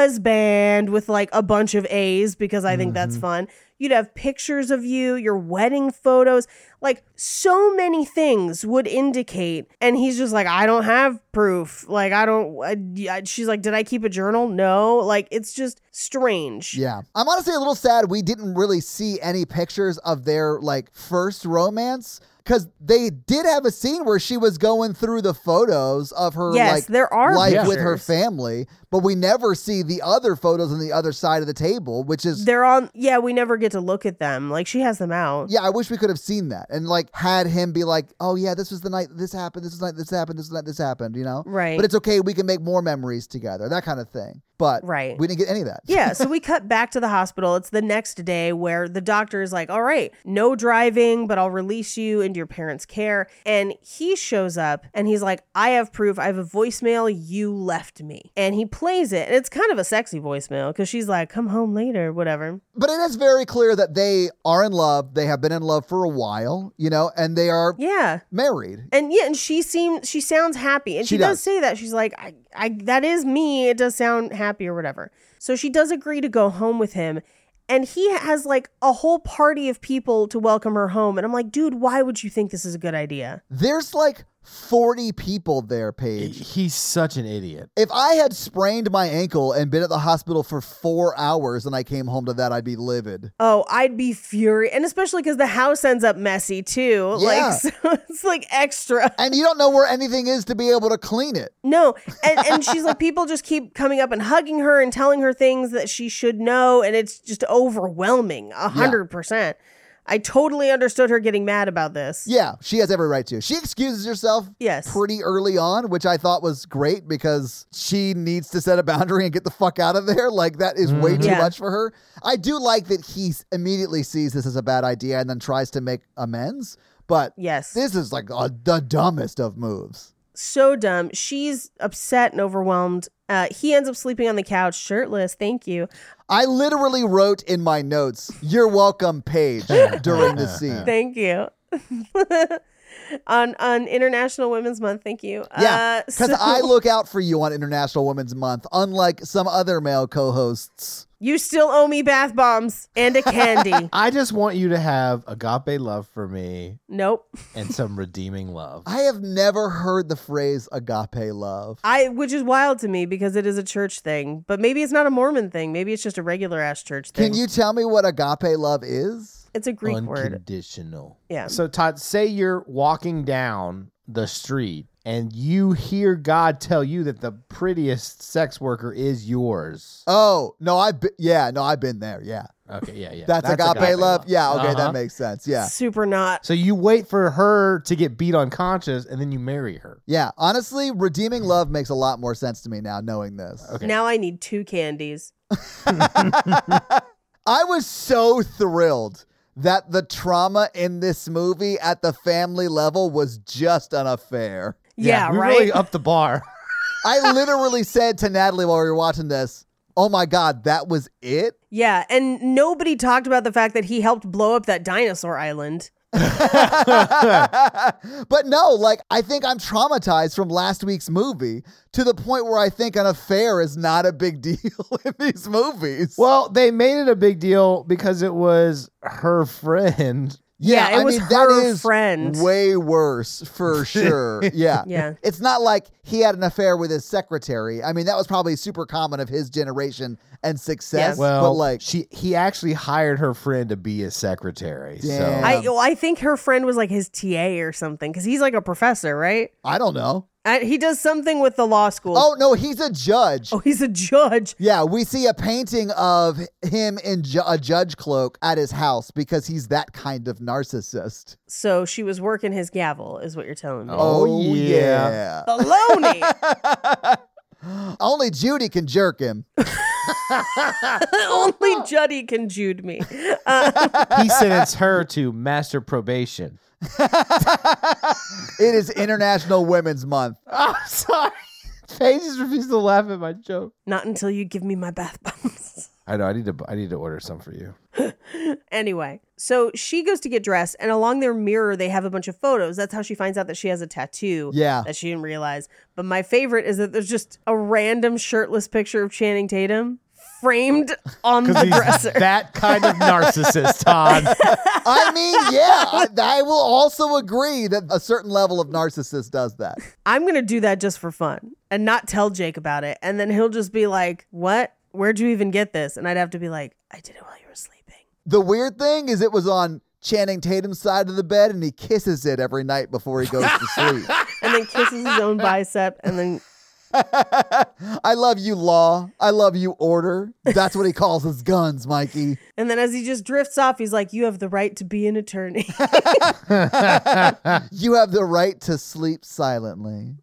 husband with like a bunch of a's because i think that's fun you'd have pictures of you your wedding photos like so many things would indicate and he's just like i don't have proof like i don't I, I- she's like did i keep a journal no like it's just strange Yeah. I'm honestly a little sad we didn't really see any pictures of their like first romance because they did have a scene where she was going through the photos of her Yes, like there are life with her pictures. family, but we never see the other photos on the other side of the table, which is They're on. Yeah, we never get to look at them. Like she has them out. yeah, I wish we could have seen that and like had him be like, "Oh yeah, this was the night this happened. This is the night this happened. This is the night this happened." You know, Right. But it's okay. We can make more memories together. That kind of thing. But Right. we didn't get any of that. Yeah, so we cut back to the hospital. It's the next day where the doctor is like, "All right, no driving, but I'll release you into your parents' care." And he shows up and he's like, "I have proof. I have a voicemail you left me." And he plays it. And it's kind of a sexy voicemail cuz she's like, "Come home later, whatever." But it is very clear that they are in love. They have been in love for a while, you know, and they are Yeah. married. And yeah, and she seems she sounds happy, and she, She does. does. say that she's like, I, I, that is me. It does sound happy or whatever. So she does agree to go home with him, and he has like a whole party of people to welcome her home. And I'm like, dude, why would you think this is a good idea? There's like 40 people there, He- Paige. He's such an idiot. If I had sprained my ankle and been at the hospital for four hours and I came home to that, I'd be livid. Oh, I'd be furious, and especially because the house ends up messy too. Yeah. Like, so it's like extra. And you don't know where anything is to be able to clean it. No, and, and she's like, people just keep coming up and hugging her and telling her things that she should know, and it's just overwhelming. A hundred percent. I totally understood her getting mad about this. Yeah, she has every right to. She excuses herself Yes. pretty early on, which I thought was great because she needs to set a boundary and get the fuck out of there. Like that is way too Yeah. much for her. I do like that he s- immediately sees this as a bad idea and then tries to make amends. But Yes. this is like uh, the dumbest of moves. so dumb. She's upset and overwhelmed. Uh, he ends up sleeping on the couch, shirtless. Thank you. I literally wrote in my notes, "You're welcome, Paige," during the scene. Thank you. on on International Women's Month. Thank you. yeah, Uh, because so- I look out for you on International Women's Month, unlike some other male co-hosts. you still owe me bath bombs and a candy. I just want you to have agape love for me nope. and some redeeming love. I have never heard the phrase agape love. I which is wild to me because it is a church thing, but maybe it's not a Mormon thing. Maybe it's just a regular ass church thing. Can you tell me what agape love is? It's a Greek word. Um, Unconditional. Yeah. So Todd, say you're walking down the street and you hear God tell you that the prettiest sex worker is yours. Oh no, I've been, yeah, no, I've been there. Yeah, Okay, yeah, yeah. that's, agape, love. Yeah, okay, Uh-huh. that makes sense. Yeah, Super not. So you wait for her to get beat unconscious and then you marry her. yeah. Honestly, redeeming love makes a lot more sense to me now, knowing this. Okay. Now I need two candies. I was so thrilled that the trauma in this movie at the family level was just an affair. Yeah, we right. really up the bar. I literally said to Natalie while we were watching this, "Oh my god, that was it." yeah, and nobody talked about the fact that he helped blow up that dinosaur island. but no, like I think I'm traumatized from last week's movie to the point where I think an affair is not a big deal in these movies. well, they made it a big deal because it was her friend. Yeah, it was her friend. Way worse for sure. Yeah. Yeah. It's not like he had an affair with his secretary. I mean, that was probably super common of his generation and success. Yes. Well, but like, she he actually hired her friend to be his secretary. Damn. So I Um, I think her friend was like his TA or something because he's like a professor, right? I don't know. I, he does something with the law school. Oh no, he's a judge. Oh, he's a judge. Yeah, we see a painting of him in ju- a judge cloak at his house because he's that kind of narcissist. So she was working his gavel, is what you're telling me. Oh, yeah. Baloney. Only Judy can jerk him. Only Juddy can Jude me. he sentenced her to master probation. It is International Women's Month. I'm sorry. Paige just refused to laugh at my joke. Not until you give me my bath bombs. I know. I need to. I need to order some for you. anyway, so she goes to get dressed, and along their mirror, they have a bunch of photos. That's how she finds out that she has a tattoo. Yeah. That she didn't realize. But my favorite is that there's just a random shirtless picture of Channing Tatum framed on the dresser. that kind of narcissist, Todd. I mean, yeah, I, I will also agree that a certain level of narcissist does that. I'm going to do that just for fun and not tell Jake about it. And then he'll just be like, What? Where'd you even get this? And I'd have to be like, I did it while you were sleeping. The weird thing is, it was on Channing Tatum's side of the bed, and he kisses it every night before he goes to sleep. And then kisses his own bicep. And then, I love you, law. I love you, order. That's what he calls his guns, Mikey. and then as he just drifts off, he's like, You have the right to be an attorney. You have the right to sleep silently.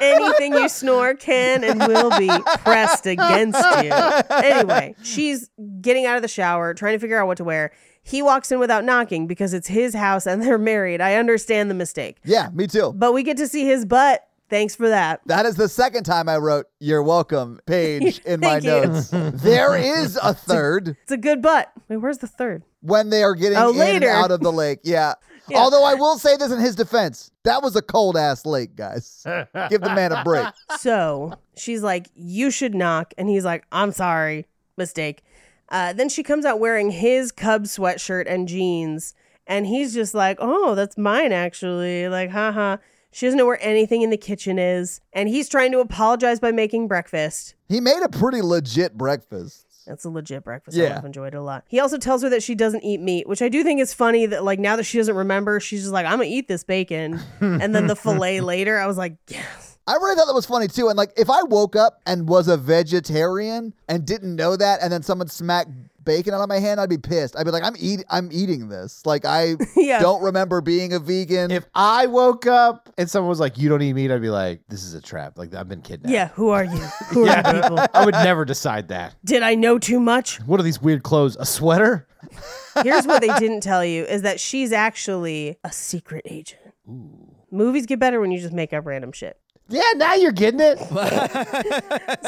Anything you snore can and will be pressed against you. Anyway, she's getting out of the shower, trying to figure out what to wear. He walks in without knocking because it's his house and they're married. I understand the mistake. Yeah, me too. But we get to see his butt. Thanks for that. That is the second time I wrote "You're welcome" page in my Thank you. notes. There is a third It's a good butt. Wait, where's the third? when they are getting Oh, in and later. out of the lake. Yeah. Although I will say this in his defense, that was a cold ass lake, guys. Give the man a break. So she's like, You should knock. And he's like, I'm sorry, mistake. Uh, then she comes out wearing his Cub sweatshirt and jeans. And he's just like, Oh, that's mine, actually. Like, haha. She doesn't know where anything in the kitchen is. And he's trying to apologize by making breakfast. He made a pretty legit breakfast. That's a legit breakfast. Yeah. I have enjoyed it a lot. He also tells her that she doesn't eat meat, which I do think is funny that, like, now that she doesn't remember, she's just like, I'm going to eat this bacon. and then the filet later, I was like, Yes. I really thought that was funny too. And like, if I woke up and was a vegetarian and didn't know that, and then someone smacked bacon out of my hand, I'd be pissed. I'd be like, I'm eat, I'm eating this. Like, I Yeah. don't remember being a vegan. if I woke up and someone was like, "You don't eat meat," I'd be like, "This is a trap. Like I've been kidnapped." Yeah. Who are you? Who are you people? I would never decide that. Did I know too much? What are these weird clothes? A sweater? Here's what they didn't tell you is that she's actually a secret agent. Movies get better when you just make up random shit. Yeah, now you're getting it.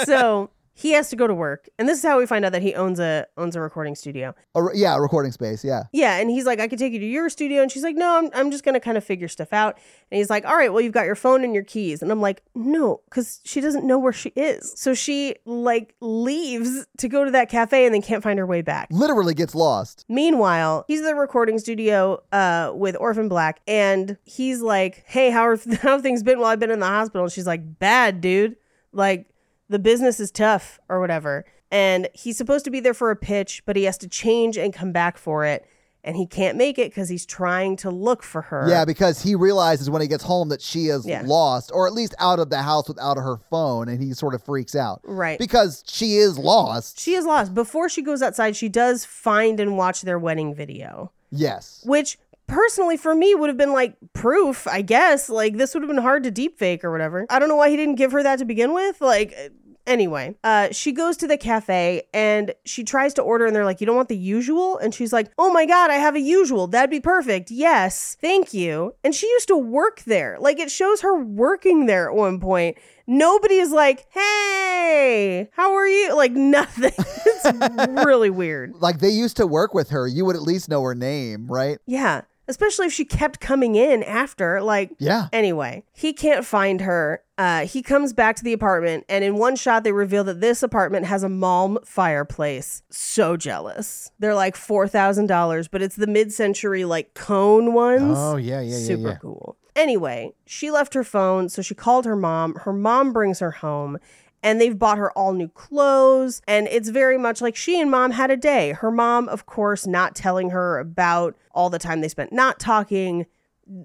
So he has to go to work, and this is how we find out that he owns a owns a recording studio. Or- yeah, recording space. Yeah. Yeah, and he's like, I could take you to your studio, and she's like, No, I'm I'm just gonna kind of figure stuff out. And he's like, All right, well, you've got your phone and your keys, and I'm like, No, because she doesn't know where she is, so she like leaves to go to that cafe and then can't find her way back. Literally gets lost. Meanwhile, he's at the recording studio uh, with Orphan Black, and he's like, "Hey, how are how have things been while I've been in the hospital?" And she's like, "Bad, dude. Like the business is tough or whatever." And he's supposed to be there for a pitch, but he has to change and come back for it. and he can't make it because he's trying to look for her. Yeah, because he realizes when he gets home that she is Yeah. lost, or at least out of the house without her phone, and he sort of freaks out. Right. Because she is lost. she is lost. Before she goes outside, she does find and watch their wedding video, Yes. which personally for me would have been like proof, I guess. Like this would have been hard to deep fake or whatever. I don't know why he didn't give her that to begin with. Like uh, anyway, uh she goes to the cafe and she tries to order and they're like, "You don't want the usual?" And she's like, "Oh my god, I have a usual. That'd be perfect. Yes. Thank you." And she used to work there. Like it shows her working there at one point. Nobody is like, "Hey, how are you?" Like nothing. it's really weird. Like they used to work with her. You would at least know her name, right? Yeah. Especially if she kept coming in after, like, Yeah. anyway, he can't find her. Uh, he comes back to the apartment, and in one shot, they reveal that this apartment has a malm fireplace. So jealous. They're like $4,000, but it's the mid century, like, cone ones. Oh, yeah, yeah, yeah, Super yeah. cool. Anyway, she left her phone, so she called her mom. Her mom brings her home. And they've bought her all new clothes. And it's very much like she and mom had a day. Her mom, of course, not telling her about all the time they spent not talking.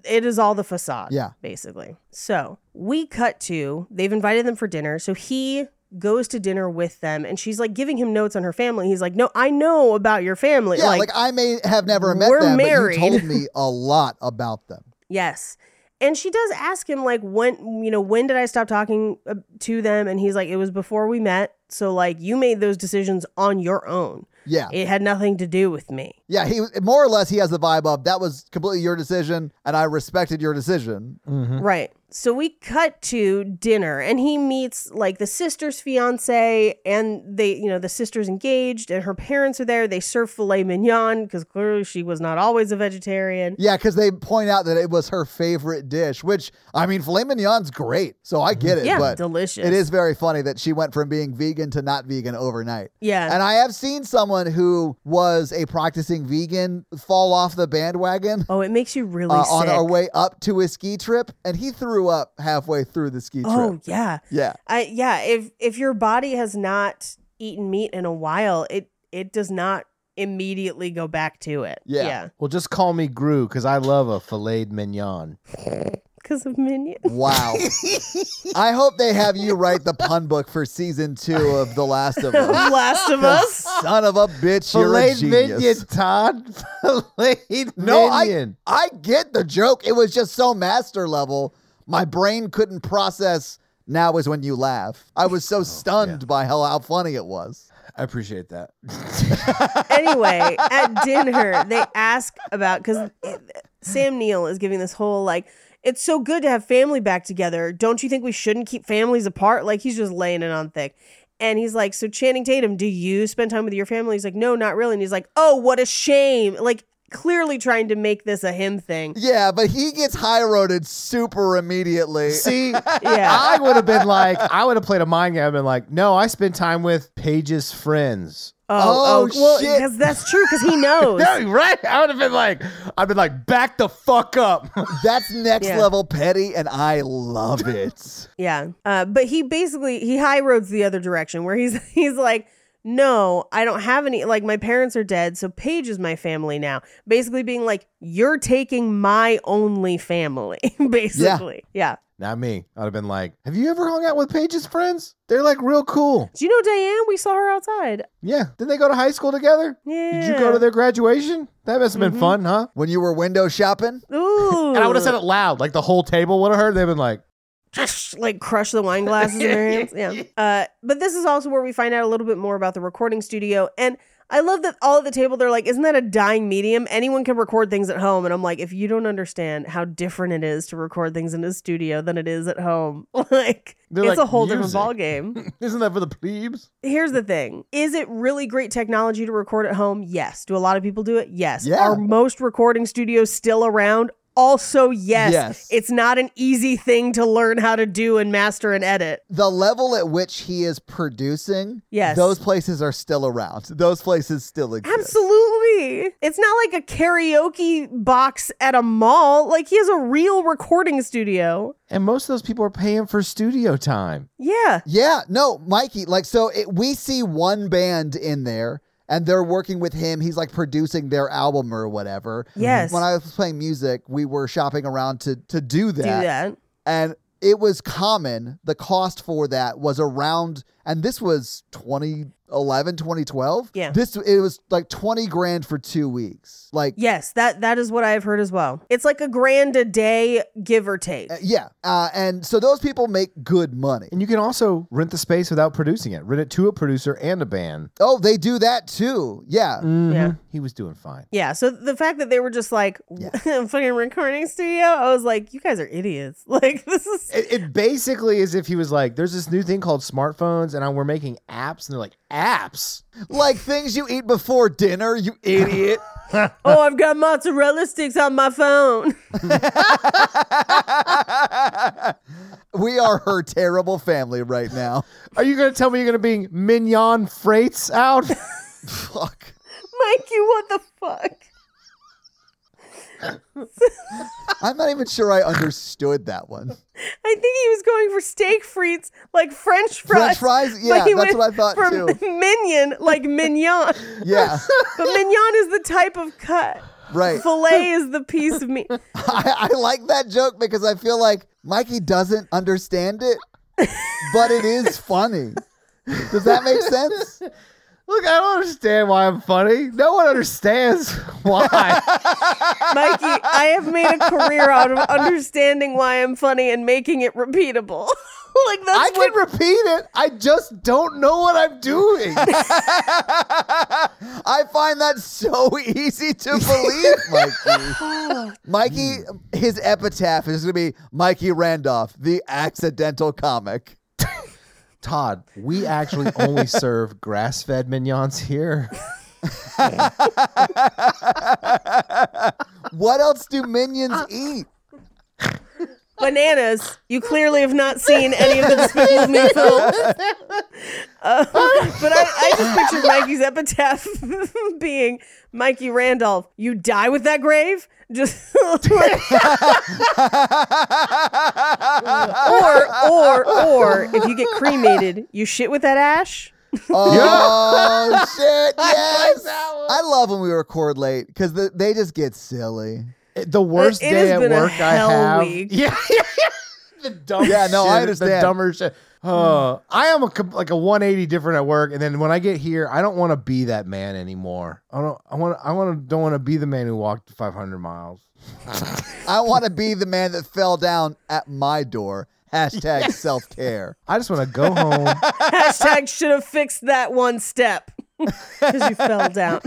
It is all the facade Yeah. basically. So we cut to they've invited them for dinner. So he goes to dinner with them and she's like giving him notes on her family. He's like, No, I know about your family. Yeah, like, I may have never met we're them, married. but you told me a lot about them. yes. And she does ask him, like, when, you know, when did I stop talking uh, to them? And he's like, It was before we met. So, like, you made those decisions on your own. Yeah. It had nothing to do with me. Yeah, he more or less he has the vibe of that was completely your decision and I respected your decision. Right. So we cut to dinner and he meets like the sister's fiance and they, you know, the sister's engaged and her parents are there. They serve filet mignon because clearly she was not always a vegetarian. Yeah, because they point out that it was her favorite dish, which I mean, filet mignon's great, so I get it. Mm-hmm. Yeah, but delicious. It is very funny that she went from being vegan to not vegan overnight. Yeah. and I have seen someone who was a practicing vegan fall off the bandwagon. Oh, it makes you really uh, sick. on our way up to his ski trip, and he threw up halfway through the ski oh, trip. yeah. Yeah, I yeah, if if your body has not eaten meat in a while, it it does not immediately go back to it. Yeah. Well, just call me Gru because I love a filleted mignon. Because of minions. Wow. I hope they have you write the pun book for season two of The Last of Us. Last of Us. Son of a bitch, you're a Filleted genius. mignon, Todd. Filleted No, I, mignon. I get the joke. It was just so master level. My brain couldn't process. Now is when you laugh. I was so stunned by how, how funny it was. I appreciate that. anyway, at dinner, they ask about because Sam Neill is giving this whole like, it's so good to have family back together. Don't you think we shouldn't keep families apart? Like he's just laying it on thick. And he's like, so Channing Tatum, do you spend time with your family? He's like, no, not really. And he's like, oh, what a shame. Like clearly trying to make this a him thing. Yeah, but he gets high roaded super immediately. See, Yeah. I would have been like, I would have played a mind game and been like, no, I spend time with Paige's friends. Oh, well, shit. because that's true. Because he knows. No, you're right. I would have been like, I've been like, back the fuck up. That's next Yeah. level petty, and I love it. Yeah. Uh, but he basically he high roads the other direction where he's he's like, No, I don't have any like my parents are dead, so Paige is my family now. Basically being like, You're taking my only family, basically. Yeah. Not me. I'd have been like, have you ever hung out with Paige's friends? They're like real cool. Do you know Diane? We saw her outside. Yeah. Didn't they go to high school together? Yeah. Did you go to their graduation? That must have been fun, huh? When you were window shopping, Ooh. And I would have said it loud. Like the whole table would have heard. They'd been like, like crush the wine glasses in their hands. Yeah. Uh, but this is also where we find out a little bit more about the recording studio. And I love that all at the table they're like, "Isn't that a dying medium? Anyone can record things at home." And I'm like, if you don't understand how different it is to record things in a studio than it is at home, like They're it's like, a whole different "Music." ball game. isn't that for the plebes? Here's the thing: is it really great technology to record at home? Yes. Do a lot of people do it? Yes. Yeah. Are most recording studios still around? Also, yes. Yes. It's not an easy thing to learn how to do and master and edit. the level at which he is producing, Yes. those places are still around. Those places still exist. Absolutely. It's not like a karaoke box at a mall. Like he has a real recording studio. And most of those people are paying for studio time. Yeah. Yeah, no, Mikey. Like, so it, we see one band in there, and they're working with him. He's like producing their album or whatever. Yes. When I was playing music, we were shopping around to to do that. do that. And it was common. The cost for that was around, and this was 2011, 2012. Yeah. This it was like 20 grand for two weeks. Like Yes, that that is what I've heard as well. It's like a grand a day, give or take. yeah. Uh, and so those people make good money. And you can also rent the space without producing it. Rent it to a producer and a band. Oh, they do that too. Yeah. Mm. Mm-hmm. Yeah. He was doing fine. Yeah. So the fact that they were just like fucking recording studio, I was like, you guys are idiots. Like this is It, it basically is if he was like, "There's this new thing called smartphones, and I, we're making apps," and they're like, "Apps." Like things you eat before dinner, you idiot. oh, I've got mozzarella sticks on my phone. we are her terrible family right now. Are you gonna tell me you're gonna bring mignon freights out? Fuck. Mikey, what the fuck? I'm not even sure I understood that one. I think he was going for steak frites, like French fries. French fries? but Yeah, he that's went what I thought for too. Minion, like mignon. Yeah. But mignon is the type of cut. Right. Filet is the piece of meat. I, I like that joke because I feel like Mikey doesn't understand it, but it is funny. Does that make sense? Look, I don't understand why I'm funny. No one understands why. Mikey, I have made a career out of understanding why I'm funny and making it repeatable. like that's I what can repeat it. I just don't know what I'm doing. I find that so easy to believe, Mikey. Mikey, his epitaph is going to be Mikey Randolph, the accidental comic. Todd, we actually only serve grass-fed mignons here. What else do Uh, minions eat? bananas. You clearly have not seen any of the Despicable Me films. Uh, but I, I just pictured Mikey's epitaph being Mikey Randolph. You die with that grave. Just like- or or or if you get cremated, you shit with that ash. Oh shit! Yes, I love when we record late because the, they just get silly. The worst It has day at been a work I hell have. week. Yeah, yeah, the dumb. Yeah, no, shit, I The understand. Hmm. dumber shit. Oh, I am a com- like a 180 different at work, and then when I get here, I don't want to be that man anymore. I don't. I want. I want to. Don't want to be the man who walked 500 miles. I want to be the man that fell down at my door. Hashtag self care. I just want to go home. Hashtag should have fixed that one step because you fell down.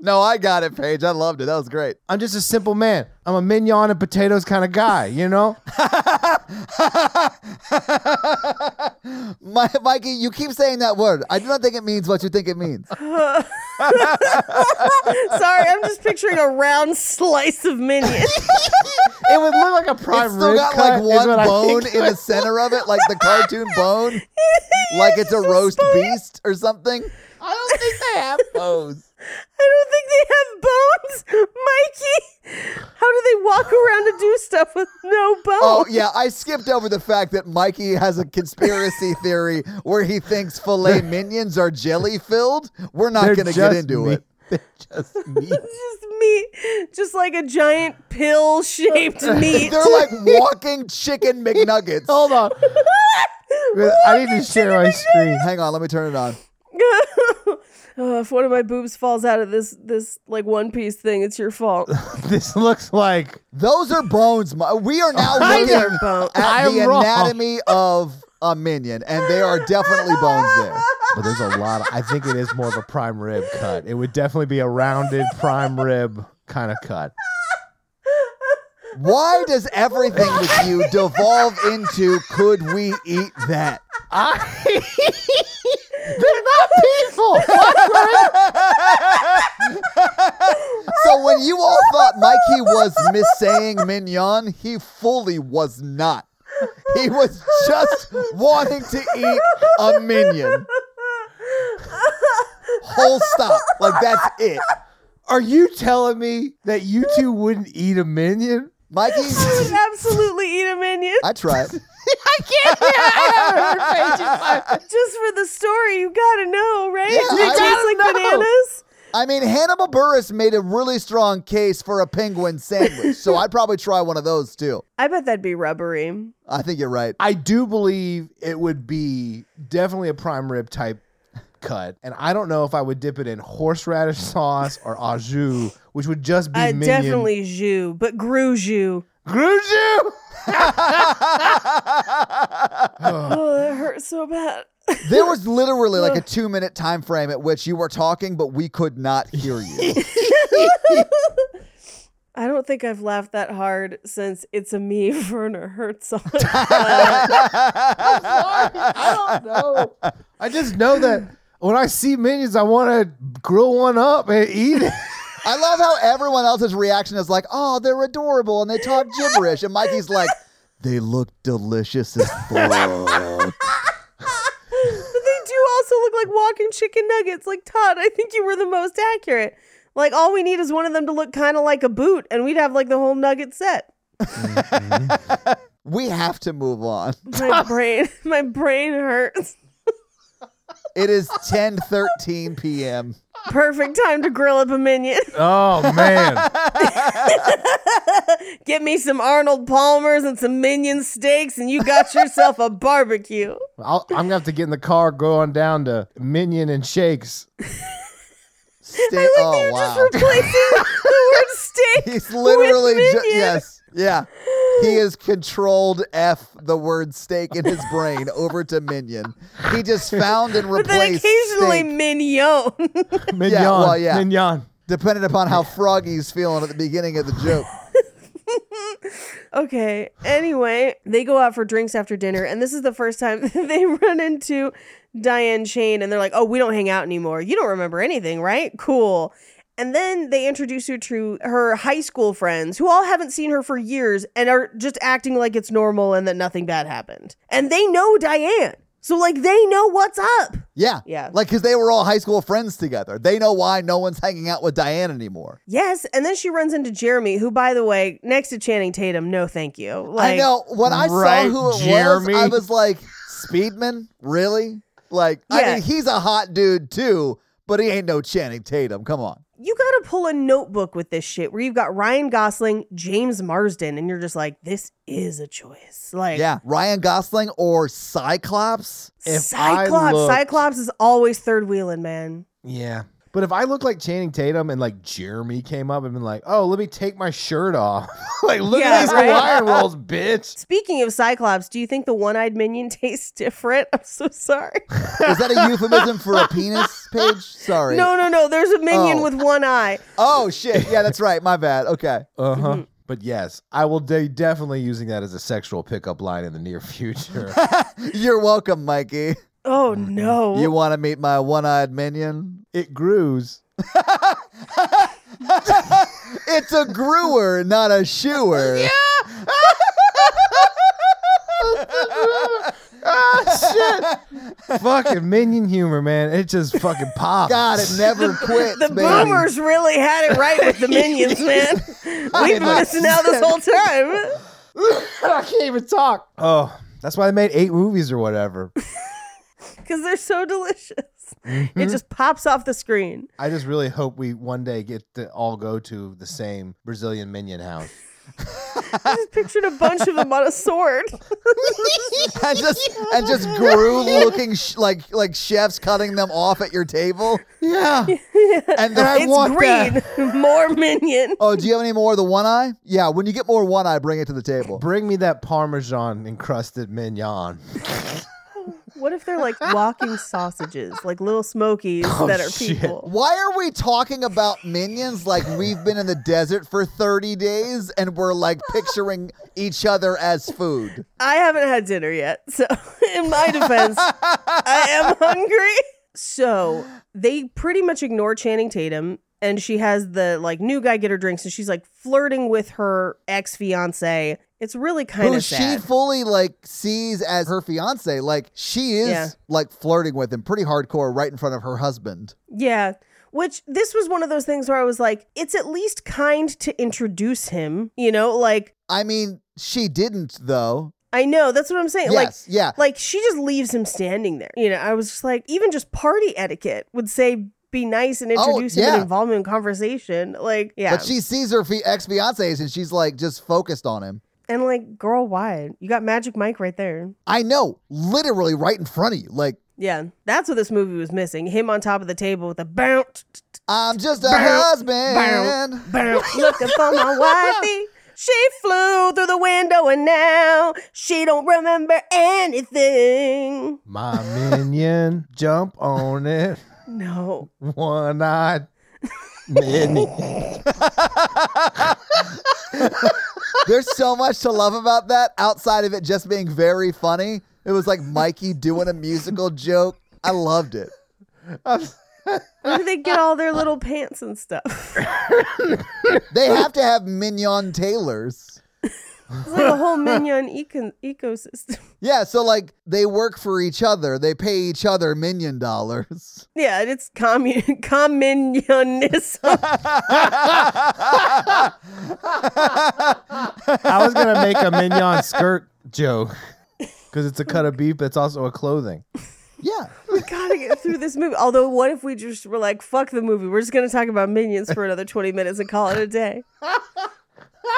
No, I got it, Paige. I loved it. That was great. I'm just a simple man. I'm a mignon and potatoes kind of guy. You know. My, Mikey, you keep saying that word. I do not think it means what you think it means. Sorry, I'm just picturing a round slice of minion. It would look like a It's prime still rib got cut, like is one what I bone think. in the center of it, like the cartoon bone, like it's a roast beast or something. I don't think they have bones. I don't think they have bones, Mikey. How do they walk around and do stuff with no bones? Oh yeah, I skipped over the fact that Mikey has a conspiracy theory where he thinks filet minions are jelly filled. We're not They're going to get just into meat. it. They're just meat. Just meat, just like a giant pill-shaped meat. They're like walking chicken McNuggets. Hold on. I need to share my screen. Hang on, let me turn it on. oh, if one of my boobs falls out of this this like one piece thing, it's your fault. This looks like Those are bones. Mi- We are now Those looking are bones. I at the am wrong. anatomy of a minion, and they are definitely bones there. but there's a lot of, I think it is more of a prime rib cut. It would definitely be a rounded prime rib kind of cut. Why does everything with you devolve into could we eat that? I They're not people. So when you all thought Mikey was missaying mignon, he fully was not. He was just wanting to eat a minion. Whole stop. Like that's it. Are you telling me that you two wouldn't eat a minion? Mikey's. I would absolutely eat a minion. I try it. I can't hear. I haven't heard Just for the story, you gotta know, right? Yeah, They I taste would like know. bananas. I mean, Hannibal Burris made a really strong case for a penguin sandwich, so I'd probably try one of those too. I bet that'd be rubbery. I think you're right. I do believe it would be definitely a prime rib type cut, and I don't know if I would dip it in horseradish sauce or au jus, which would just be Uh, minion. definitely jus, but gru jus. Gru jus! Oh, that hurts so bad. There was literally like a two minute time frame at which you were talking, but we could not hear you. I don't think I've laughed that hard since It's a Me, Werner Herzog. I don't know. I just know that when I see minions, I want to grill one up and eat it. I love how everyone else's reaction is like, oh, they're adorable and they talk gibberish. And Mikey's like, they look delicious as fuck. but they do also look like walking chicken nuggets. Like Todd, I think you were the most accurate. Like all we need is one of them to look kind of like a boot, and we'd have like the whole nugget set. we have to move on. My brain, my brain hurts. It is 10 13 p.m. Perfect time to grill up a minion. Oh man! Get me some Arnold Palmers and some minion steaks, and you got yourself a barbecue. I'll, I'm gonna have to get in the car, go on down to Minion and Shakes. Stay- I like oh, that you're wow. just replacing the word steak. He's literally with ju- minion. yes, yeah. He is controlled F the word steak in his brain over to minion. He just found and But then replaced occasionally steak, mignon. Mignon, well, yeah. Mignon. depending upon how froggy's feeling at the beginning of the joke. okay. Anyway, they go out for drinks after dinner, and this is the first time they run into Diane Shane, and they're like, "Oh, we don't hang out anymore. You don't remember anything, right? Cool." And then they introduce her to her high school friends who all haven't seen her for years and are just acting like it's normal and that nothing bad happened. And they know Diane. So, like, they know what's up. Yeah, Yeah. Like because they were all high school friends together. They know why no one's hanging out with Diane anymore. Yes. And then she runs into Jeremy, who, by the way, next to Channing Tatum, no thank you. Like, I know when I right, saw who it Jeremy? was, I was like, Speedman, really? Like, I Yeah. mean, he's a hot dude too, but he ain't no Channing Tatum. Come on. you got to pull a notebook with this shit where you've got Ryan Gosling, James Marsden, and you're just like, this is a choice. Like, Yeah, Ryan Gosling or Cyclops. If I Cyclops. looked- Cyclops is always third wheeling, man. Yeah. But if I looked like Channing Tatum and like Jeremy came up and been like, "Oh, let me take my shirt off," like look Yeah, at these right? Hawaiian rolls, bitch. Speaking of Cyclops, do you think the one eyed minion tastes different? I'm so sorry. Is that a euphemism for a penis, Paige? Sorry. No, no, no. There's a minion Oh. with one eye. Oh shit. Yeah, that's right. My bad. Okay. Uh Uh-huh. huh. Mm-hmm. But yes, I will de- definitely using that as a sexual pickup line in the near future. You're welcome, Mikey. Oh, no. You want to meet my one-eyed minion? it grows. It's a grewer, not a shoer. Yeah. ah, shit! fucking minion humor, man. It just fucking pops. God, it never quits. the baby. boomers really had it right with the minions, man. We've been like- missing out this whole time. I can't even talk. Oh, that's why they made eight movies or whatever. because they're so delicious. It just pops off the screen. I just really hope we one day get to all go to the same Brazilian minion house. I just pictured a bunch of them on a sword. and just and just groove-looking sh- like like chefs cutting them off at your table. Yeah. And the I It's want green. that. More minion. oh, do you have any more of the one eye? Yeah. When you get more one eye, bring it to the table. Bring me that Parmesan encrusted mignon. What if they're like walking sausages, like little smokies that are Oh, shit. people? Why are we talking about minions like we've been in the desert for 30 days and we're like picturing each other as food? I haven't had dinner yet, so in my defense, I am hungry. So they pretty much ignore Channing Tatum, and she has the like new guy get her drinks, and she's like flirting with her ex fiance. It's really kind Who of she sad. fully like sees as her fiance. Like she is Yeah. like flirting with him pretty hardcore right in front of her husband. Yeah. Which this was one of those things where I was like, it's at least kind to introduce him, you know? Like, I mean, she didn't though. I know, that's what I'm saying. Like, yes, yeah. like she just leaves him standing there. You know, I was just like, even just party etiquette would say be nice and Oh, introduce him yeah. and involve him in conversation. Like, yeah. But she sees her fe- ex fiancés and she's like just focused on him. and like, girl, why? You got Magic Mike right there. I know, literally right in front of you. Like, Yeah. That's what this movie was missing. Him on top of the table with a bounce, I'm just a Bow, husband. bounce, looking for my wifey. She flew through the window and now she don't remember anything. My minion, jump on it. No. One eyed minion. There's so much to love about that outside of it just being very funny. It was like Mikey doing a musical joke. I loved it. Where do they get all their little pants and stuff? They have to have mignon tailors. It's like a whole minion eco- ecosystem. Yeah, so like they work for each other. They pay each other minion dollars. Yeah, and it's commun- communionism. I was gonna make a mignon skirt joke because it's a cut of beef, but it's also a clothing. Yeah. we gotta get through this movie. Although, what if we just were like, fuck the movie. We're just gonna talk about minions for another 20 minutes and call it a day.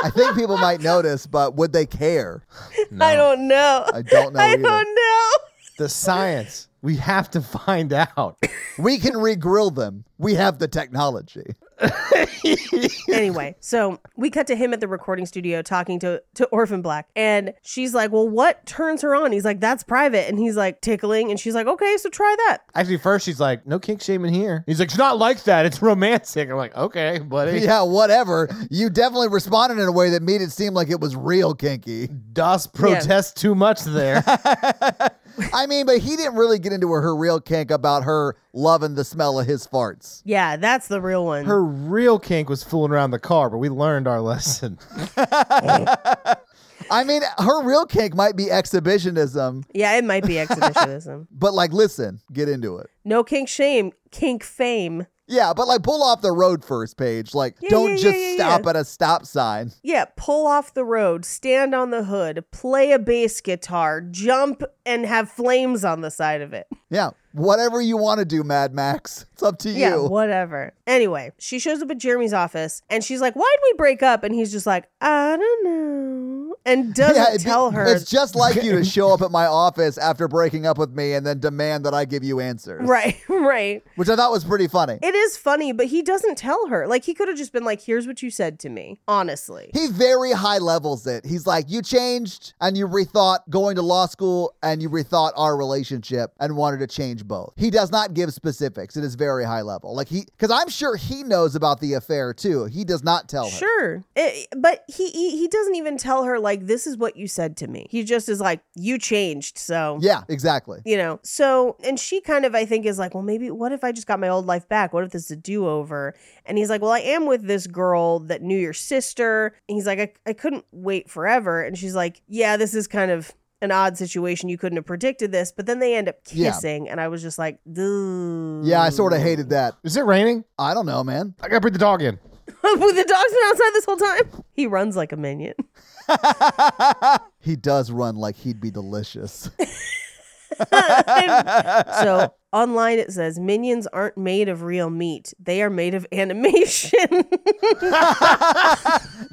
I think people might notice, but would they care? I don't know. I don't know I either. don't know. The science we have to find out. We can regrill them. We have the technology. anyway, so we cut to him at the recording studio talking to to Orphan Black, and she's like, "Well, what turns her on?" He's like, "That's private," and he's like tickling, and she's like, "Okay, so try that." Actually, first she's like, "No kink shaming here." He's like, "It's not like that. It's romantic." I'm like, "Okay, buddy." Yeah, whatever. You definitely responded in a way that made it seem like it was real kinky. Does protest too much there? I mean, but he didn't really get into her real kink about her loving the smell of his farts. Yeah, that's the real one. Her real kink was fooling around the car, but we learned our lesson. I mean, her real kink might be exhibitionism, yeah, it might be exhibitionism. but like, listen, get into it. no kink shame, kink fame. Yeah, but like, pull off the road first, Paige. Like, Yeah, don't yeah, yeah, just yeah, stop yeah. at a stop sign. Yeah, pull off the road, stand on the hood, play a bass guitar, jump, and have flames on the side of it. Yeah, whatever you want to do, Mad Max. It's up to Yeah, you. whatever. Anyway, she shows up at Jeremy's office and she's like, Why'd we break up? And he's just like, I don't know. And doesn't yeah, it'd be- tell her. It's just like you to show up at my office after breaking up with me and then demand that I give you answers. Right, right. Which I thought was pretty funny. It is funny, but he doesn't tell her. Like, he could have just been like, Here's what you said to me, honestly. He very high levels it. He's like, You changed and you rethought going to law school and you rethought our relationship and wanted to change both. He does not give specifics. It is very high level. Like he, because I'm sure he knows about the affair too. He does not tell her. Sure. It- but he, he he doesn't even tell her like this is what you said to me. He just is like you changed, so Yeah, exactly. you know so and she kind of i think is like well maybe what if i just got my old life back what if this is a do-over and he's like well i am with this girl that knew your sister and he's like i, I couldn't wait forever and she's like yeah this is kind of an odd situation you couldn't have predicted this but then they end up Yeah. kissing and i was just like Duh. Yeah, I sort of hated that. Is it raining? I don't know, man. I gotta bring the dog in. with the dog's been outside this whole time he runs like a minion He does run like he'd be delicious. so online it says minions aren't made of real meat they are made of animation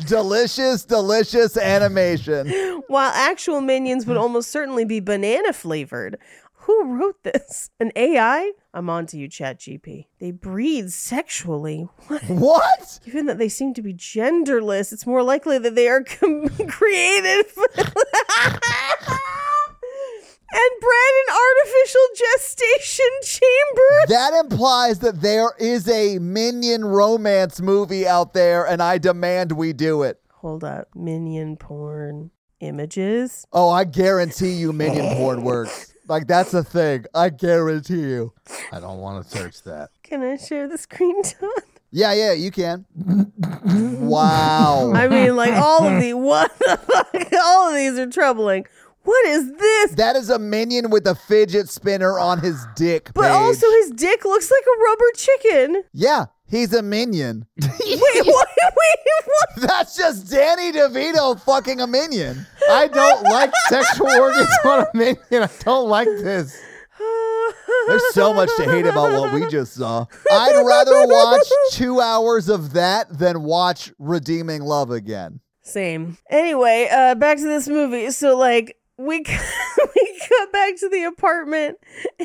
delicious, delicious animation. While actual minions would almost certainly be banana flavored. Who wrote this? An AI? I'm on to you, ChatGP. They breed sexually. What? What? Given that they seem to be genderless, it's more likely that they are com- created and bred in artificial gestation chambers. That implies that there is a minion romance movie out there, and I demand we do it. Hold up. Minion porn images. Oh, I guarantee you, minion porn works. Like that's a thing. I guarantee you. I don't want to search that. Can I share the screen time? Yeah, yeah, you can. wow. Oh. I mean, like all of the what the fuck? All of these are troubling. What is this? That is a minion with a fidget spinner on his dick. But Paige. also, his dick looks like a rubber chicken. yeah, he's a minion. Wait, what? Wait, what? That's just Danny DeVito fucking a minion. I don't like sexual organs on a minion. I don't like this. There's so much to hate about what we just saw. I'd rather watch two hours of that than watch Redeeming Love again. Same. Anyway, uh, back to this movie. So like we we cut back to the apartment,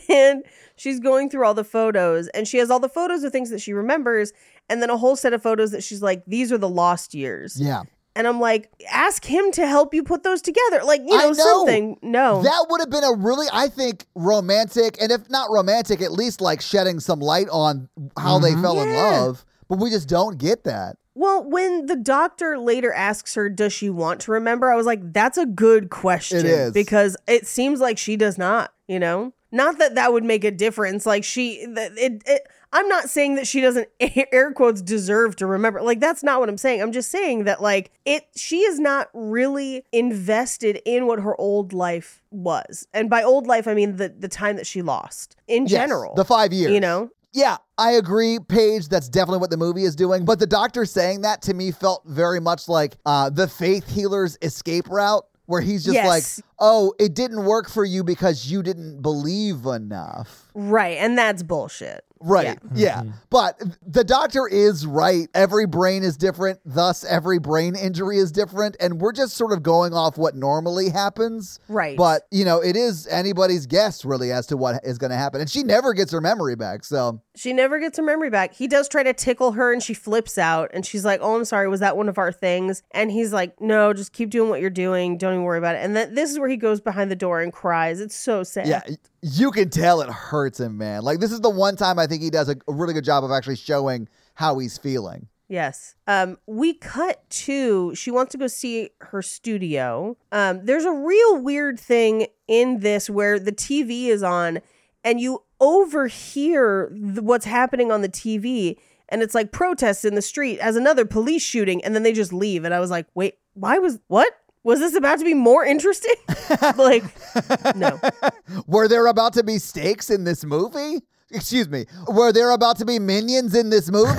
and she's going through all the photos, and she has all the photos of things that she remembers, and then a whole set of photos that she's like, these are the lost years. Yeah. And I'm like, ask him to help you put those together, like you I know, know. something. No. That would have been a really, I think, romantic, and if not romantic, at least like shedding some light on how Mm-hmm. they fell in love. But we just don't get that. well, when the doctor later asks her, does she want to remember? I was like, that's a good question. is. Because it seems like she does not, you know? Not that that would make a difference. Like, she, that it, it, I'm not saying that she doesn't, air quotes, deserve to remember. Like, that's not what I'm saying. I'm just saying that, like, it, she is not really invested in what her old life was. And by old life, I mean the, the time that she lost in Yes, general. the five years. You know? Yeah, I agree, Paige. That's definitely what the movie is doing. But the doctor saying that to me felt very much like uh, the faith healer's escape route, where he's just Yes. like, oh, it didn't work for you because you didn't believe enough. Right. And that's bullshit. Right. Yeah. But the doctor is right. Every brain is different. Thus, every brain injury is different. And we're just sort of going off what normally happens. Right. But, you know, it is anybody's guess, really, as to what is going to happen. And she never gets her memory back. So, She never gets her memory back. He does try to tickle her and she flips out and she's like, Oh, I'm sorry, was that one of our things? And he's like, No, just keep doing what you're doing. Don't even worry about it. And then this is where he goes behind the door and cries. It's so sad. Yeah, y- you can tell it hurts him, man. Like this is the one time I think he does a, a really good job of actually showing how he's feeling. Yes. Um, we cut to she wants to go see her studio. Um, there's a real weird thing in this where the TV is on and you overhear th- what's happening on the TV and it's like protests in the street as another police shooting and then they just leave and I was like, "Wait, why was what? Was this about to be more interesting?" like no. Were there about to be stakes in this movie? Excuse me. Were there about to be minions in this movie?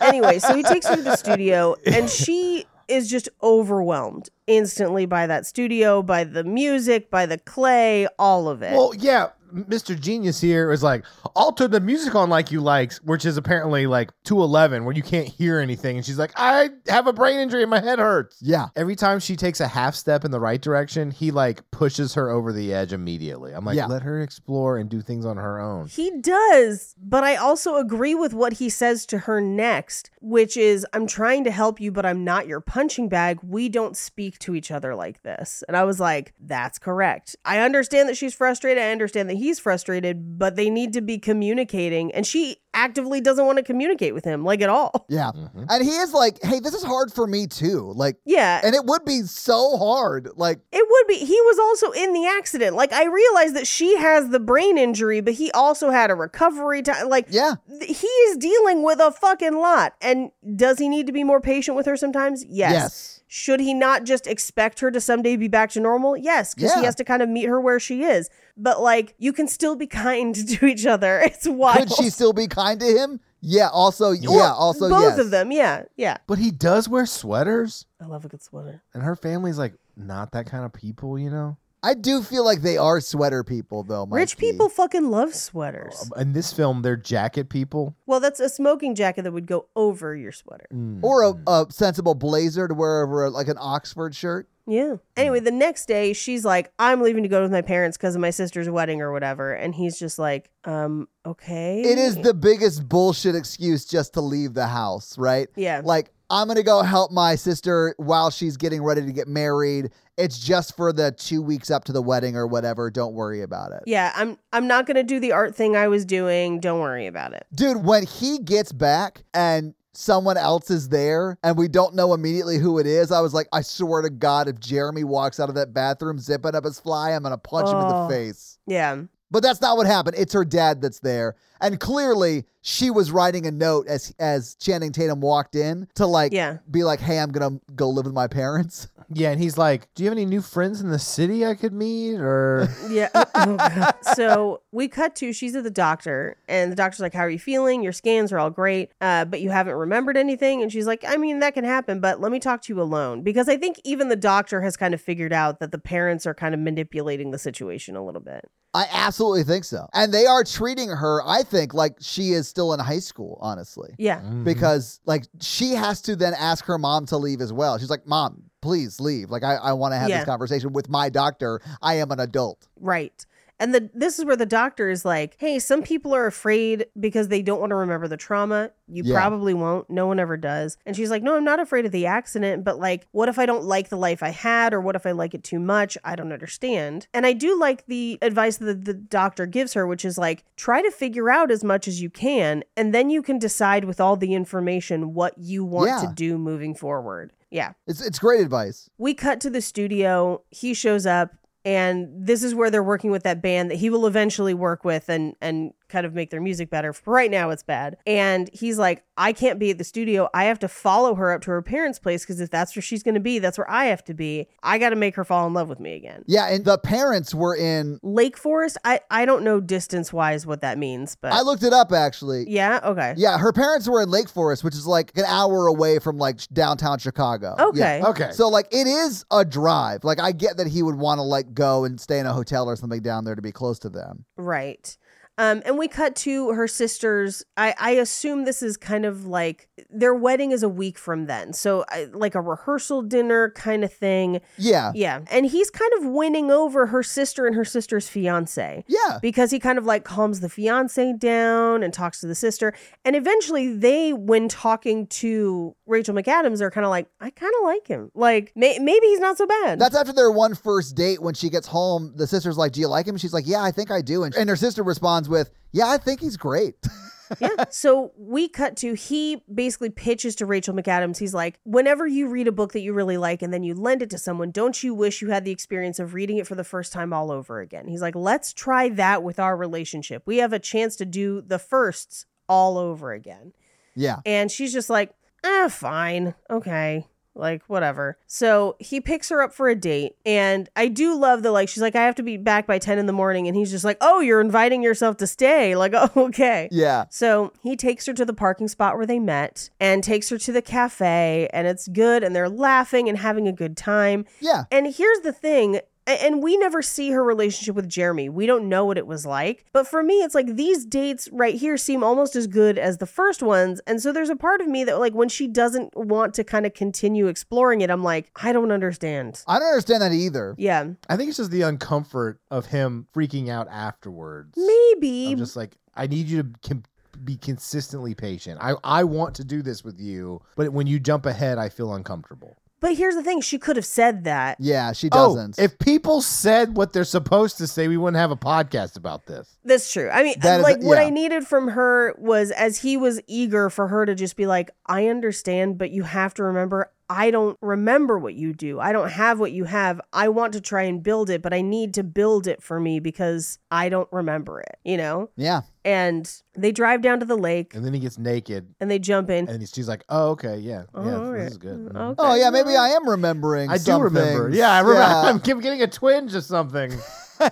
anyway, so he takes her to the studio, and she is just overwhelmed instantly by that studio, by the music, by the clay, all of it. Well, yeah, Mr. Genius here is like, I'll turn the music on like you likes, which is apparently like 211, where you can't hear anything. And she's like, I have a brain injury and my head hurts. yeah. Every time she takes a half step in the right direction, he like pushes her over the edge immediately. I'm like, Yeah. let her explore and do things on her own. he does, but I also agree with what he says to her next, which is, I'm trying to help you, but I'm not your punching bag. We don't speak to each other like this. And I was like, that's correct. I understand that she's frustrated. I understand that he's frustrated, but they need to be communicating. And she actively doesn't want to communicate with him, like at all. Yeah. And he is like, "Hey, this is hard for me too." Like Yeah. and it would be so hard. Like It would be. He was also in the accident. Like I realize that she has the brain injury, but he also had a recovery time. Like Yeah. th- he is dealing with a fucking lot. And does he need to be more patient with her sometimes? Yes. Yes. Should he not just expect her to someday be back to normal? Yes, because Yeah. he has to kind of meet her where she is. But like, you can still be kind to each other. It's wild. could she still be kind to him? Yeah, also yeah, also both yes. of them. Yeah, yeah. But he does wear sweaters, I love a good sweater. and her family's like, not that kind of people, you know? I do feel like they are sweater people though, Rich Mikey. people fucking love Oh, sweaters. In this film, they're jacket people. Well, that's a smoking jacket that would go over your sweater. or a, a sensible blazer to wear over like an Oxford shirt. Yeah. Anyway, the next day she's like, I'm leaving to go with my parents because of my sister's wedding or whatever. And he's just like, um, okay. It is the biggest bullshit excuse just to leave the house, right? Yeah. Like, I'm going to go help my sister while she's getting ready to get married. It's just for the two weeks up to the wedding or whatever. Don't worry about it. Yeah, I'm I'm not gonna do the art thing I was doing. Don't worry about it. Dude, when he gets back and someone else is there and we don't know immediately who it is, I was like, I swear to God, if Jeremy walks out of that bathroom zipping up his fly, I'm going to punch him in the Oh. face. Yeah. But that's not what happened. It's her dad that's there. And clearly, she was writing a note as as Channing Tatum walked in to like Yeah. be like, "Hey, I'm gonna go live with my parents." Yeah, and he's like, "Do you have any new friends in the city I could meet?" Or Yeah. Oh, God. so we cut to she's at the doctor, and the doctor's like, "How are you feeling? Your scans are all great, uh, but you haven't remembered anything." And she's like, "I mean, that can happen, but let me talk to you alone because I think even the doctor has kind of figured out that the parents are kind of manipulating the situation a little bit." I absolutely think so. And they are treating her, I think, like she is still in high school, honestly. Yeah. Because like she has to then ask her mom to leave as well. She's like, Mom, please leave. Like I, I want to have Yeah. this conversation with my doctor. I am an adult. Right. And the this is where the doctor is like, "Hey, some people are afraid because they don't want to remember the trauma. You Yeah. probably won't. No one ever does." And she's like, "No, I'm not afraid of the accident, but like, what if I don't like the life I had or what if I like it too much? I don't understand." And I do like the advice that the doctor gives her, which is like, "Try to figure out as much as you can, and then you can decide with all the information what you want Yeah. to do moving forward." Yeah. It's it's great advice. We cut to the studio. He shows up, and this is where they're working with that band that he will eventually work with and and kind of make their music better. For right now, it's bad. And he's like, I can't be at the studio. I have to follow her up to her parents' place because if that's where she's going to be, that's where I have to be. I got to make her fall in love with me again. Yeah, and the parents were in Lake Forest. I I don't know distance wise what that means, but I looked it up actually. yeah, okay, Yeah, her parents were in Lake Forest, which is like an hour away from like sh- downtown Chicago. Yeah. okay, okay, Mm. So like it is a drive. Like I get that he would want to like go and stay in a hotel or something down there to be close to them. Right. Um, and we cut to her sister's. I, I assume this is kind of like their wedding is a week from then. So, I, like a rehearsal dinner kind of thing. Yeah. Yeah. And he's kind of winning over her sister and her sister's fiance Yeah. because he kind of like calms the fiance down and talks to the sister. And eventually, they, when talking to Rachel McAdams, are kind of like, I kind of like him. Like, may- maybe he's not so bad. That's after their one first date when she gets home. The sister's like, Do you like him? She's like, Yeah, I think I do. And, and her sister responds with, Yeah, I think he's great. yeah. So we cut to he basically pitches to Rachel McAdams. He's like, whenever you read a book that you really like and then you lend it to someone, don't you wish you had the experience of reading it for the first time all over again? He's like, let's try that with our relationship. We have a chance to do the firsts all over again. yeah. And she's just like, ah, fine. Okay. Like, whatever. So he picks her up for a date. And I do love the like, she's like, I have to be back by 10 in the morning. And he's just like, oh, you're inviting yourself to stay. Like, oh, okay. Yeah. So he takes her to the parking spot where they met and takes her to the cafe, and it's good, and they're laughing and having a good time. Yeah. And here's the thing. a- And we never see her relationship with Jeremy. We don't know what it was like. But for me, it's like these dates right here seem almost as good as the first ones. And so there's a part of me that, like, when she doesn't want to kind of continue exploring it, I'm like, I don't understand. I don't understand that either. Yeah. I think it's just the uncomfort of him freaking out afterwards. Maybe. I'm just like, I need you to com- be consistently patient. I I want to do this with you, but when you jump ahead, I feel uncomfortable. but here's the thing she could have said that. Yeah, she doesn't. Oh, if people said what they're supposed to say, we wouldn't have a podcast about this. That's true. I mean, That is- like what yeah. I needed from her was as he was eager for her to just be like, I understand, but you have to remember, I don't remember what you do. I don't have what you have. I want to try and build it, but I need to build it for me because I don't remember it, you know? yeah. And they drive down to the lake And then he gets naked, and they jump in. and she's like, "Oh, okay, yeah, Oh, yeah, all right. this is good." Mm, Mhm. okay. Oh, yeah. Maybe I am remembering. I some do remember. things. Yeah, I remember. Yeah. I'm keep getting a twinge or something.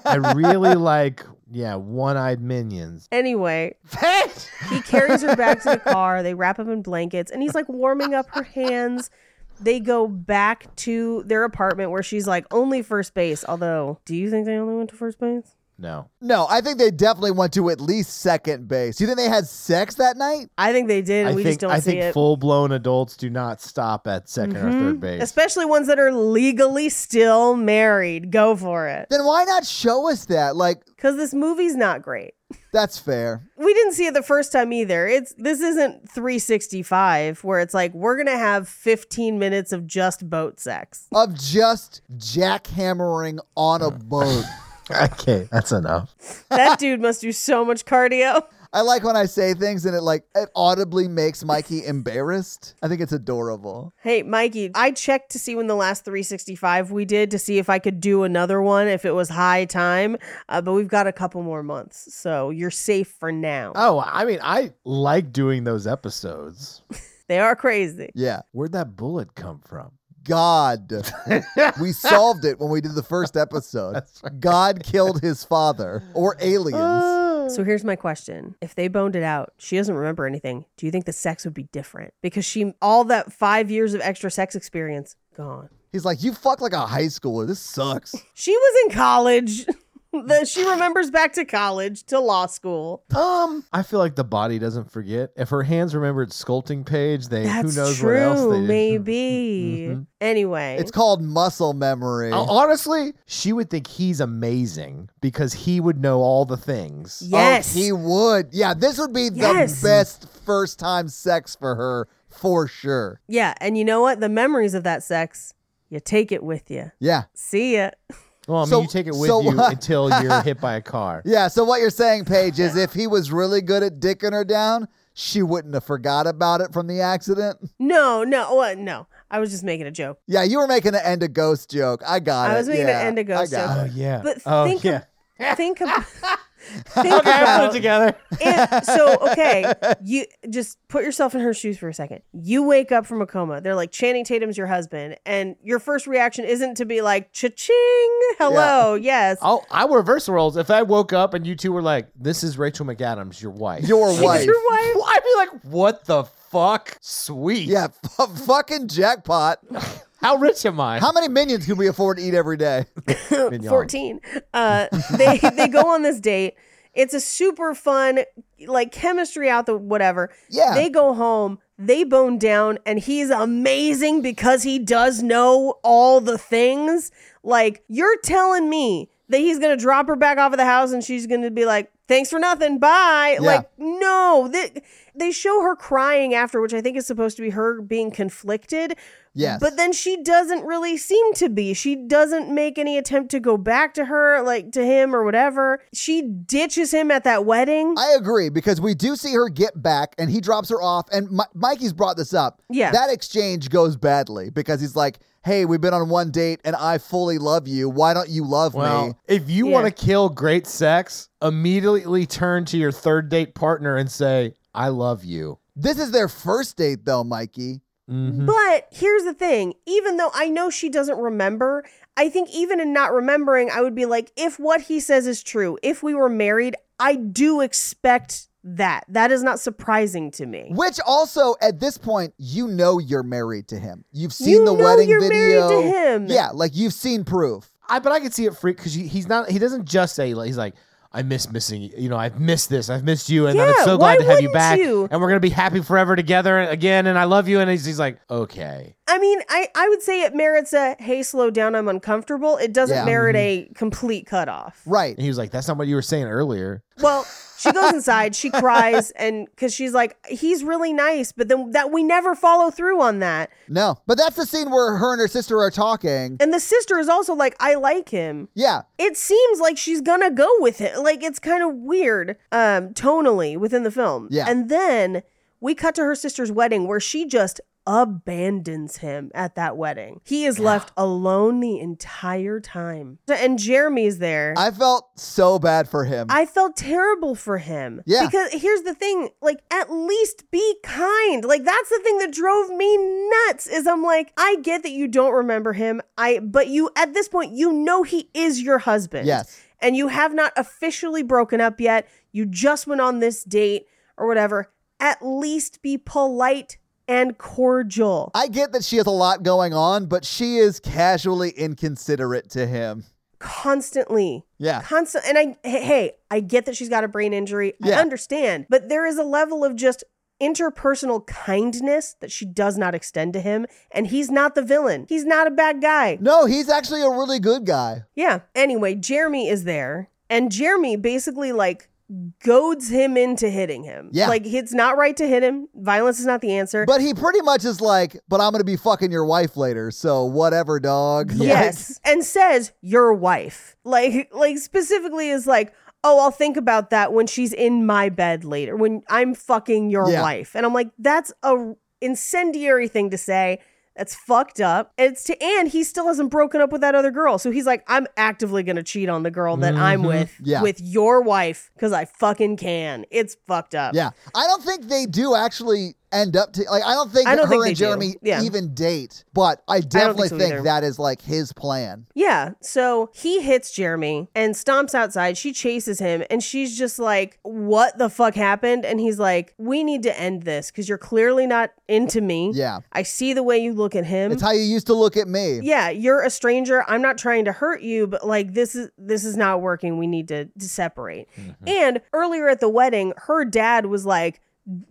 I really like, yeah, one-eyed minions. Anyway, Pet. He carries her back to the car. They wrap up in blankets and he's like warming up her hands. They go back to their apartment where she's like only first base. Although, do you think they only went to first base? No, No, I think they definitely went to at least second base. You think they had sex that night? I think they did, and I we just think don't I see think it. Mm-hmm. full-blown adults do not stop at 2nd or third base. Especially ones that are legally still married. Go for it. Then why not show us that? Like, Because this movie's not great. that's fair. We didn't see it the first time either. It's this isn't 365 where it's like we're gonna have 15 minutes of just boat sex. Of just jackhammering Uh. on a boat. okay, that's enough. That dude must do so much cardio. I like when I say things and it like it audibly makes Mikey embarrassed. I think it's adorable. Hey, Mikey, I checked to see when the last 365 we did to see if I could do another one if it was high time, uh, but we've got a couple more months, so you're safe for now. Oh, I mean, I like doing those episodes. They are crazy. Yeah. Where'd that bullet come from? God. we solved it when we did the first episode. God killed his father or aliens. So here's my question. If they boned it out, she doesn't remember anything. Do you think the sex would be different? Because she all that 5 years of extra sex experience gone. He's like, You fuck like a high schooler. This sucks. She was in college. that she remembers back to college, to law school. Um, I feel like the body doesn't forget. If her hands remembered sculpting page, they That's who knows true, what else they did. maybe. Mhm. Anyway. It's called muscle memory. Uh, Honestly, she would think he's amazing because he would know all the things. yes. Oh, he would. Yeah, this would be Yes. the best first time sex for her for sure. yeah, and you know what? The memories of that sex, you take it with you. Yeah. See ya. Well, I mean, So- you take it with so you what- until you're hit by a car. Yeah, so what you're saying, Paige, is if he was really good at dicking her down, she wouldn't have forgot about it from the accident. No, no, what? No. I was just making a joke. Yeah, you were making an end a ghost joke. I got it. I was making yeah, an end a ghost I got joke. it. Oh yeah. But oh think yeah. Think about think Okay, I put it about together. if, so okay, you just put yourself in her shoes for a second. You wake up from a coma. They're like Channing Tatum's your husband, and your first reaction isn't to be like cha-ching, hello, yes. I'll, I'll reverse the roles. If I woke up and you two were like, "This is Rachel McAdams, your wife," Your wife. Your wife. Well, I'd be like, "What the fuck? Sweet. Yeah, f- fucking jackpot. How rich am I? How many minions can we afford to eat every day? 14 uh they they go on this date it's a super fun like chemistry out the whatever Yeah. they go home they bone down and he's amazing because he does know all the things like you're telling me that he's gonna drop her back off at the house and she's gonna be like thanks for nothing bye Yeah. like no they, they show her crying after which i think is supposed to be her being conflicted Yes. but then she doesn't really seem to be. She doesn't make any attempt to go back to her, like to him or whatever. She ditches him at that wedding. I agree because we do see her get back and he drops her off. And Mi- Mikey's brought this up. Yeah. That exchange goes badly because he's like, hey, we've been on one date and I fully love you. Why don't you love me? Well, if you Yeah. want to kill great sex, immediately turn to your third date partner and say, "I love you." This is their first date, though, Mikey. Mhm. but here's the thing even though I know she doesn't remember, I think even in not remembering, I would be like, if what he says is true, if we were married, I do expect that. That is not surprising to me. Which also, at this point, you know you're married to him. You've seen You the know wedding you're married video. to him. Yeah, like you've seen proof. I but I could see it freak because he's not. He doesn't just say like, he's like. I miss missing you. You know, I've missed this. I've missed you, and I'm Yeah, so why glad to have you wouldn't back. you? And we're gonna be happy forever together again. And I love you. And he's, he's like, okay, I mean, I, I would say it merits a hey, slow down, I'm uncomfortable. It doesn't Yeah. merit a complete cutoff. Right. And he was like, "That's not what you were saying earlier." Well, she goes inside, she cries, and because she's like, he's really nice, but then that we never follow through on that. No. But that's the scene where her and her sister are talking. And the sister is also like, I like him. Yeah. It seems like she's gonna go with it. Like it's kind of weird, um, tonally within the film. Yeah. And then we cut to her sister's wedding where she just abandons him at that wedding. He is left alone the entire time. And Jeremy's there. I felt so bad for him. I felt terrible for him. Yeah. Because here's the thing, like at least be kind. Like that's the thing that drove me nuts is I'm like, I get that you don't remember him. I but you at this point you know he is your husband. Yes. And you have not officially broken up yet. You just went on this date or whatever. At least be polite and cordial. I get that she has a lot going on, but she is casually inconsiderate to him. Constantly. Yeah. constant and i hey, hey i get that she's got a brain injury i Yeah. understand but there is a level of just interpersonal kindness that she does not extend to him and he's not the villain he's not a bad guy No, he's actually a really good guy. yeah anyway jeremy is there and jeremy basically like goads him into hitting him Yeah. like it's not right to hit him violence is not the answer But he pretty much is like, but I'm going to be fucking your wife later. So whatever, dog. Yes. and says your wife. Like like specifically is like, oh, I'll think about that when she's in my bed later, when I'm fucking your Yeah. wife. And I'm like, that's a incendiary thing to say. That's fucked up. It's to and he still hasn't broken up with that other girl. So he's like, I'm actively gonna cheat on the girl that I'm with Mm-hmm. Yeah. with your wife because I fucking can. It's fucked up. Yeah. I don't think they do actually end up to like I don't think I don't her think they and do. Jeremy Yeah. even date, but I definitely so think, either. Mm-hmm. that is like his plan. Yeah. So he hits Jeremy and stomps outside. She chases him and she's just like, What the fuck happened? And he's like, We need to end this because you're clearly not into me. Yeah. I see the way you look at him. It's how you used to look at me. yeah, you're a stranger. I'm not trying to hurt you, but like this is this is not working. We need to, to separate. And earlier at the wedding, her dad was like,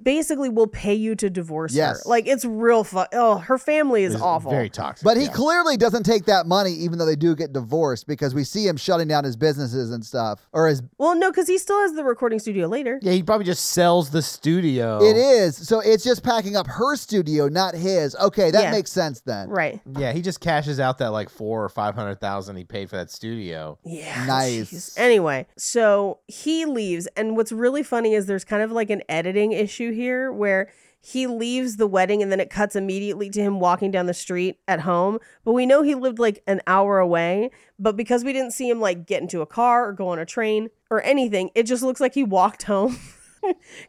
basically, we'll pay you to divorce Yes. her. Like it's real fu- Oh, her family is It's awful. Very toxic. But he yeah. clearly doesn't take that money, even though they do get divorced, because we see him shutting down his businesses and stuff. Or his well, no, because he still has the recording studio later. Yeah, he probably just sells the studio. it is. So it's just packing up her studio, not his. Okay, that Yeah. makes sense then. Right. Yeah, he just cashes out that like four or five hundred thousand he paid for that studio. Yeah. Nice. jeez. Anyway, so he leaves. And what's really funny is there's kind of like an editing issue here where he leaves the wedding and then it cuts immediately to him walking down the street at home. But we know he lived like an hour away. But because we didn't see him like get into a car or go on a train or anything, it just looks like he walked home.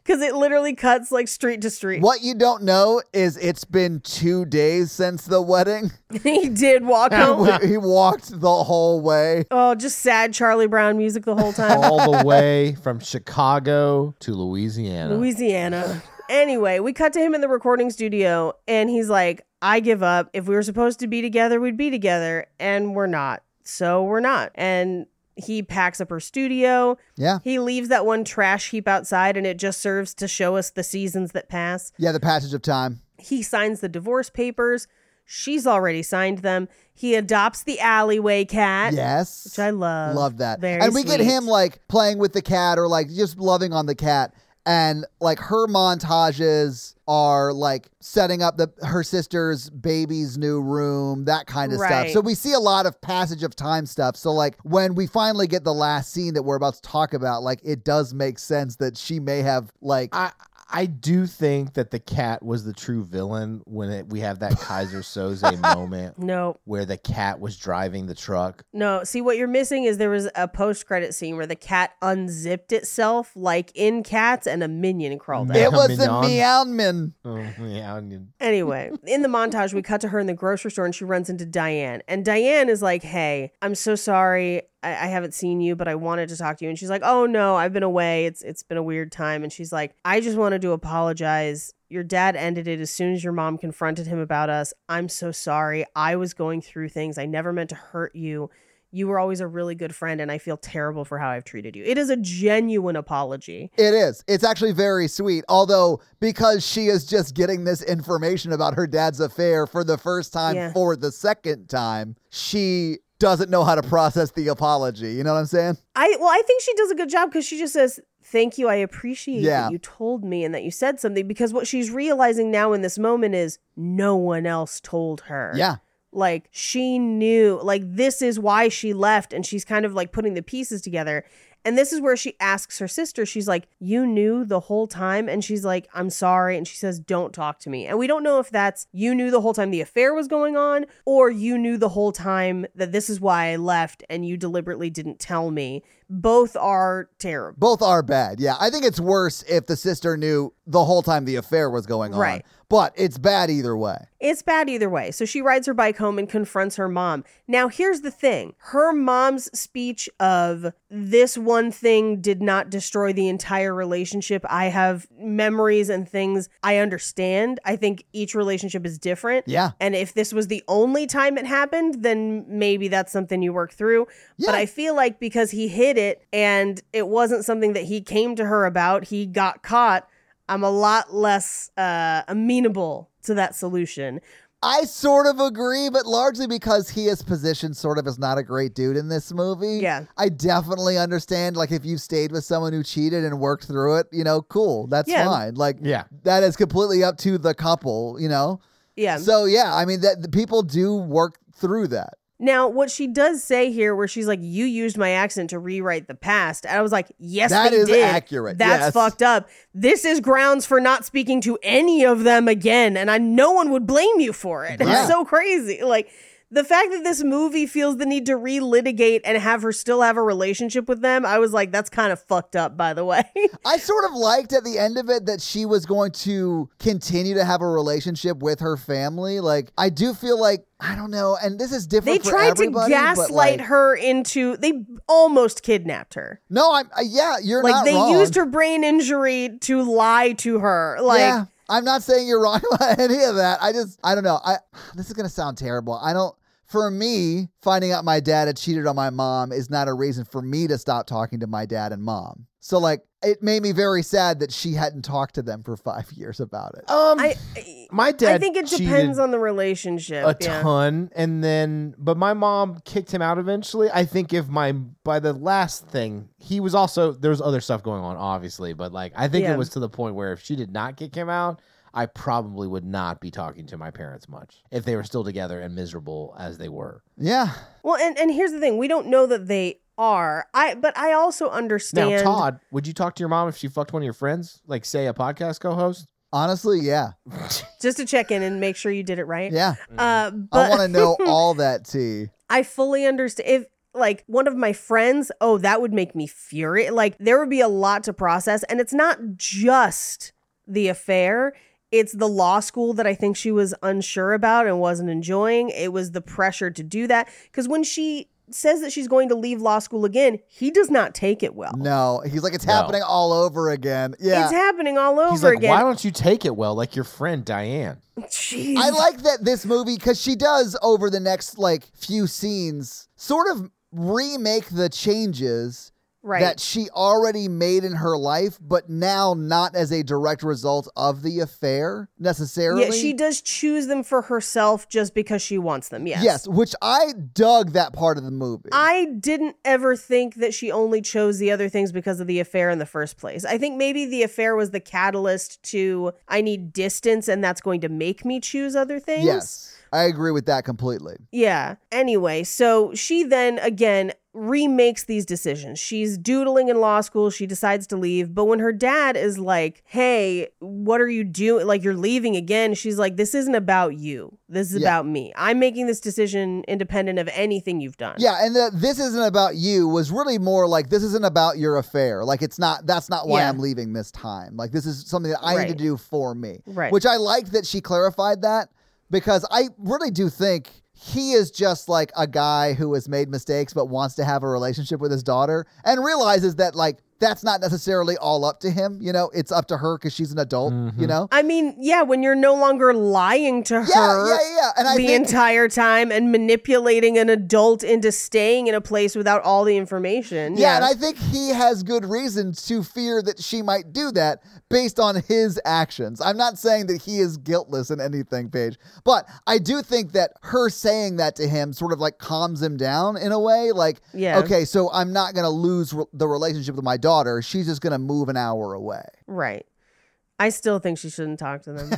Because it literally cuts like street to street. What you don't know is it's been two days since the wedding. he did walk home. he walked the whole way. Oh, just sad Charlie Brown music the whole time. All the way from Chicago to Louisiana. Louisiana. anyway, we cut to him in the recording studio and he's like, I give up. If we were supposed to be together, we'd be together. And we're not. So we're not. And he packs up her studio. Yeah. He leaves that one trash heap outside and it just serves to show us the seasons that pass. Yeah, the passage of time. He signs the divorce papers. She's already signed them. He adopts the alleyway cat. Yes. Which I love. Love that. Very and we get sweet. him like playing with the cat or like just loving on the cat. And like her montages are like setting up the her sister's baby's new room, that kind of stuff. Right. So we see a lot of passage of time stuff. So like when we finally get the last scene that we're about to talk about, like it does make sense that she may have like I I do think that the cat was the true villain when it, we have that Kaiser Soze moment No, where the cat was driving the truck. No, see what you're missing is there was a post credit scene where the cat unzipped itself like in cats and a minion crawled out. it was the Meow. meowman. Oh, yeah, I knew- Anyway, in the montage, we cut to her in the grocery store and she runs into Diane. And Diane is like, Hey, I'm so sorry. I, I haven't seen you, but I wanted to talk to you. And she's like, Oh no, I've been away. It's it's been a weird time. And she's like, I just wanted to apologize. Your dad ended it as soon as your mom confronted him about us. I'm so sorry. I was going through things. I never meant to hurt you. You were always a really good friend, and I feel terrible for how I've treated you. It is a genuine apology. It is. It's actually very sweet. Although, because she is just getting this information about her dad's affair for the first time Yeah. for the second time, she doesn't know how to process the apology. You know what I'm saying? I well, I think she does a good job because she just says, "Thank you, I appreciate Yeah. that you told me and that you said something." Because what she's realizing now in this moment is no one else told her. Yeah. like she knew. Like this is why she left, and she's kind of like putting the pieces together. And this is where she asks her sister. She's like, "You knew the whole time," and she's like, "I'm sorry," and she says, "Don't talk to me." And we don't know if that's you knew the whole time the affair was going on, or you knew the whole time that this is why I left, and you deliberately didn't tell me. Both are terrible. Both are bad. Yeah. I think it's worse if the sister knew the whole time the affair was going on. Right. But it's bad either way. It's bad either way. So she rides her bike home and confronts her mom. Now, here's the thing her mom's speech of this one thing did not destroy the entire relationship. I have memories and things I understand. I think each relationship is different. Yeah. And if this was the only time it happened, then maybe that's something you work through. Yeah. But I feel like because he hid it and it wasn't something that he came to her about, he got caught. I'm a lot less uh, amenable to that solution. I sort of agree, but largely because he is positioned sort of as not a great dude in this movie. Yeah. I definitely understand, like, if you stayed with someone who cheated and worked through it, you know, cool. That's Yeah. fine. Like, Yeah. that is completely up to the couple, you know? Yeah. So, yeah, I mean, that the people do work through that. Now, what she does say here, where she's like, "You used my accent to rewrite the past," and I was like, "Yes, That they is did. accurate, That's yes. fucked up. This is grounds for not speaking to any of them again, and I no one would blame you for it. Yeah. It's so crazy, like." The fact that this movie feels the need to relitigate and have her still have a relationship with them, I was like, that's kind of fucked up, by the way. I sort of liked at the end of it that she was going to continue to have a relationship with her family. Like, I do feel like I don't know, and this is they different. for tried to everybody, but, gaslight like- her into, they almost kidnapped her. No, I'm uh, yeah, you're like not they wrong. used her brain injury to lie to her like yeah, I'm not saying you're wrong about any of that. I just I don't know. I this is gonna sound terrible. I don't. For me, finding out my dad had cheated on my mom is not a reason for me to stop talking to my dad and mom. So like, it made me very sad that she hadn't talked to them for five years about it. Um, I, my I dad. think it cheated depends on the relationship a yeah. ton, and then but my mom kicked him out eventually. I think if my by the last thing he was also there was other stuff going on, obviously, but like I think Yeah. it was to the point where if she did not kick him out. I probably would not be talking to my parents much if they were still together and miserable as they were. Yeah, well and, and here's the thing we don't know that they are i but i also understand Now, Todd, would you talk to your mom if she fucked one of your friends, like say a podcast co-host? honestly, yeah, just to check in and make sure you did it right yeah. uh but I want to know all that tea. I fully understand if like one of my friends, oh, that would make me furious. Like there would be a lot to process and it's not just the affair. It's the law school that I think she was unsure about and wasn't enjoying. It was the pressure to do that cuz when she says that she's going to leave law school again, he does not take it well. No, he's like it's No. happening all over again. Yeah, Oh. It's happening all over He's like, again. why don't you take it well, like your friend Diane? Jeez. I like that this movie because she does over the next like few scenes sort of remake the changes right. that she already made in her life, but now not as a direct result of the affair necessarily. yeah, she does choose them for herself just because she wants them. Yes. Yes, which I dug that part of the movie. I didn't ever think that she only chose the other things because of the affair in the first place. I think maybe the affair was the catalyst to I need distance and that's going to make me choose other things. yes, I agree with that completely. Yeah. Anyway, so she then again remakes these decisions. She's doodling in law school. She decides to leave. But when her dad is like, hey, what are you doing? Like, you're leaving again. She's like, this isn't about you. This is Yeah. about me. I'm making this decision independent of anything you've done. Yeah, and that this isn't about you was really more like this isn't about your affair. Like it's not that's not why Yeah. I'm leaving this time. Like this is something that I need Right. to do for me. Right. Which I like that she clarified that because I really do think he is just like a guy who has made mistakes but wants to have a relationship with his daughter and realizes that like that's not necessarily all up to him, you know, it's up to her cuz she's an adult, you know. I mean, yeah, when you're no longer lying to her Yeah, yeah, yeah. And I the think entire time and manipulating an adult into staying in a place without all the information. Yeah, and I think he has good reason to fear that she might do that based on his actions. I'm not saying that he is guiltless in anything, Paige, but I do think that her saying that to him sort of like calms him down in a way. Like, Yeah. okay, so I'm not going to lose re- the relationship with my daughter. She's just going to move an hour away. right. I still think she shouldn't talk to them.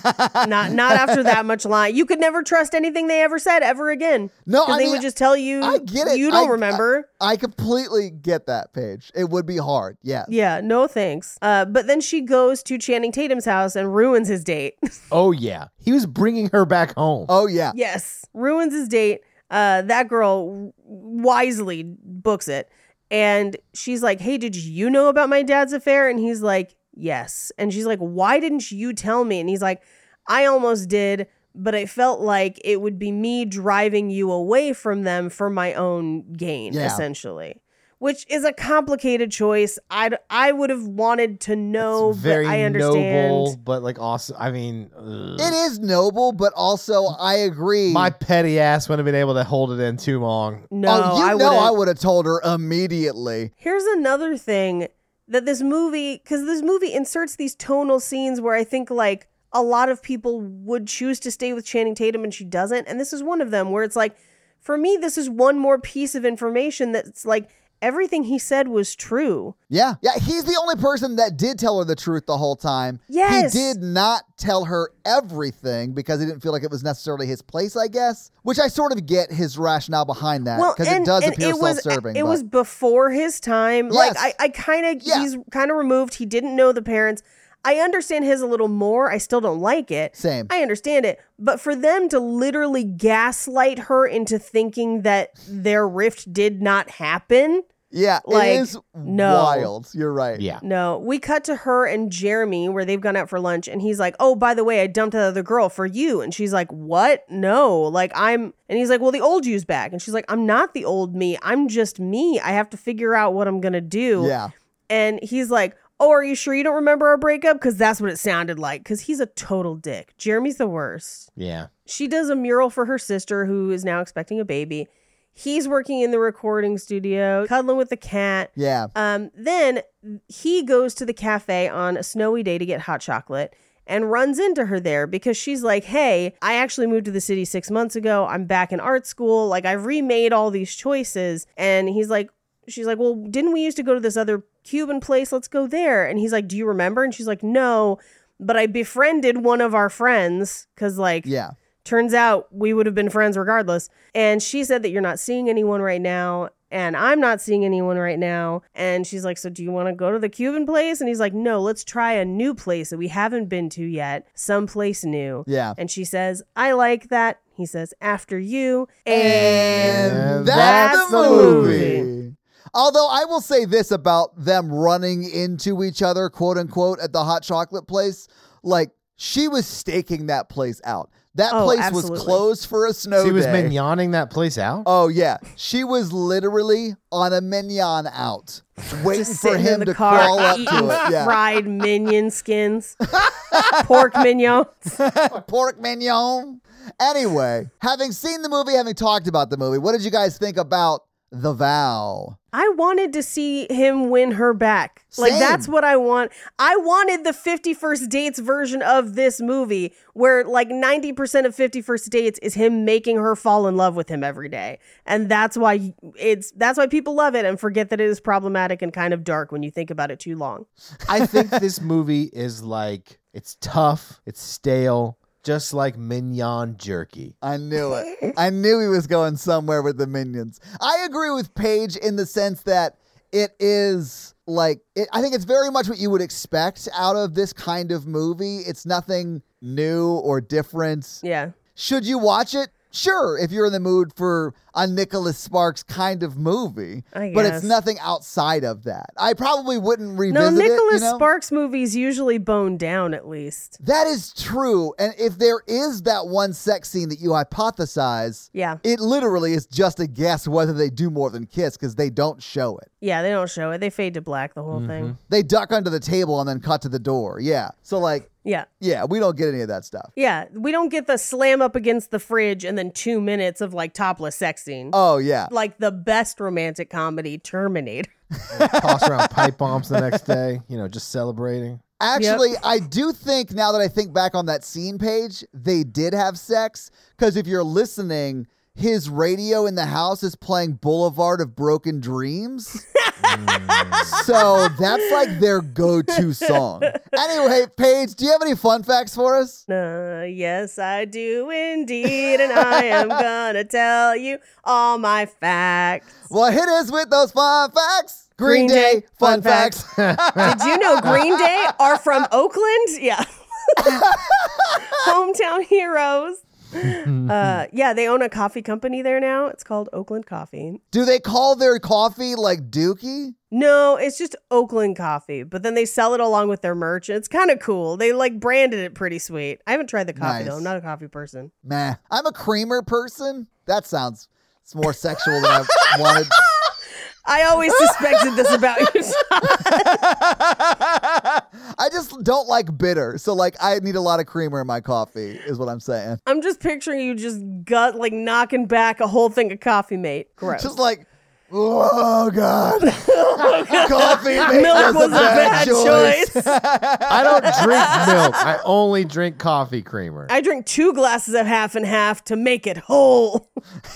not not after that much lie. You could never trust anything they ever said ever again. No, 'Cause I they mean, would just tell you I get it. you don't I- uh, remember. I completely get that, Paige. It would be hard. Yeah. yeah, no thanks. Uh, but then she goes to Channing Tatum's house and ruins his date. Oh yeah, he was bringing her back home. Oh, yeah. Yes. Ruins his date. Uh, that girl wisely books it. And she's like, Hey, did you know about my dad's affair? And he's like, Yes. And she's like, Why didn't you tell me? And he's like, I almost did, but I felt like it would be me driving you away from them for my own gain, Yeah. essentially. Which is a complicated choice. I'd, I would have wanted to know, It's very Oh, but I understand. noble, but like also, I mean, ugh. It is noble, but also I agree. my petty ass wouldn't have been able to hold it in too long. No, oh, you I know would've- I would have told her immediately. Here's another thing that this movie, because this movie inserts these tonal scenes where I think like a lot of people would choose to stay with Channing Tatum and she doesn't. And this is one of them where it's like, for me, this is one more piece of information that's like everything he said was true. Yeah. Yeah. He's the only person that did tell her the truth the whole time. Yes. He did not tell her everything because he didn't feel like it was necessarily his place, I guess, which I sort of get his rationale behind that Well, because and, Uh, it does and appear it was uh, self serving. it was before his time. Like Yes. I, I kind of Yeah. he's kind of removed. He didn't know the parents. I understand his a little more. I still don't like it. Same. I understand it, but for them to literally gaslight her into thinking that their rift did not happen. yeah. like, it is no. wild. You're right. Yeah. No, we cut to her and Jeremy where they've gone out for lunch and he's like, "Oh, by the way, I dumped that other girl for you." And she's like, "What? No. Like I'm." And he's like, "Well, the old you's back." And she's like, "I'm not the old me. I'm just me. I have to figure out what I'm going to do." Yeah. And he's like, "Oh, are you sure you don't remember our breakup?" Cuz that's what it sounded like cuz he's a total dick. Jeremy's the worst. Yeah. She does a mural for her sister who is now expecting a baby. He's working in the recording studio, cuddling with the cat. Yeah. Um, then he goes to the cafe on a snowy day to get hot chocolate and runs into her there because she's like, Hey, I actually moved to the city six months ago. I'm back in art school. Like, I've remade all these choices. And he's like, She's like, Well, didn't we used to go to this other Cuban place? Let's go there. And he's like, Do you remember? And she's like, No, but I befriended one of our friends because, like, Yeah. Turns out we would have been friends regardless. And she said that you're not seeing anyone right now. And I'm not seeing anyone right now. And she's like, So do you want to go to the Cuban place? And he's like, No, let's try a new place that we haven't been to yet, someplace new. Yeah. And she says, I like that. He says, After you. And And that's that's the the movie. Although I will say this about them running into each other, quote unquote, at the hot chocolate place. Like, she was staking that place out. That Oh, place absolutely. was closed for a snow she was day. mignoning that place out. Oh yeah, she was literally on a mignon out, waiting Just for sitting in him the to car crawl up to eating it. Yeah, fried minion skins, pork mignon. pork mignon. Anyway, having seen the movie, having talked about the movie, what did you guys think about the vow? I wanted to see him win her back. Like Same. that's what I want. I wanted the 51st dates version of this movie where like 90% of 51st dates is him making her fall in love with him every day. And that's why it's that's why people love it and forget that it is problematic and kind of dark when you think about it too long. I think this movie is like it's tough, it's stale, just like mignon jerky. I knew it. I knew he was going somewhere with the minions. I agree with Paige in the sense that it is like it, I think it's very much what you would expect out of this kind of movie. It's nothing new or different. Yeah. Should you watch it? Sure, if you're in the mood for a Nicholas Sparks kind of movie, I but it's guess. nothing outside of that. I probably wouldn't revisit No, it. Nicholas you know? Sparks movies usually bone down at least. That is true, and if there is that one sex scene that you hypothesize, Yeah. it literally is just a guess whether they do more than kiss because they don't show it. Yeah, they don't show it. They fade to black the whole thing. They duck under the table and then cut to the door. Yeah, so like, Yeah. yeah, we don't get any of that stuff. Yeah, we don't get the slam up against the fridge and then two minutes of like topless sex scene. Oh yeah, like the best romantic comedy, Terminator. Toss around pipe bombs the next day, you know, just celebrating. Actually, I do think now that I think back on that scene page, they did have sex because if you're listening, his radio in the house is playing Boulevard of Broken Dreams. so that's like their go to song. Anyway, Paige, do you have any fun facts for us? Uh, yes, I do indeed, and I am gonna tell you all my facts. Well, hit us with those fun facts. Green, Green Day, Day, fun, fun facts. Did you know Green Day are from Oakland? Yeah. Hometown heroes. Uh, yeah, they own a coffee company there now. It's called Oakland Coffee. do they call their coffee like Dookie? No, it's just Oakland coffee, but then they sell it along with their merch. It's kind of cool. They like branded it pretty sweet. I haven't tried the coffee Nice. though. I'm not a coffee person. Meh. I'm a creamer person. That sounds it's more sexual than I wanted. I always suspected this about you. Tom. I just don't like bitter. So like I need a lot of creamer in my coffee is what I'm saying. I'm just picturing you just gut like knocking back a whole thing of coffee, mate. Gross. Just like Oh God! Coffee makes us Milk was a bad, choice. I don't drink milk. I only drink coffee creamer. I drink two glasses of half and half to make it whole.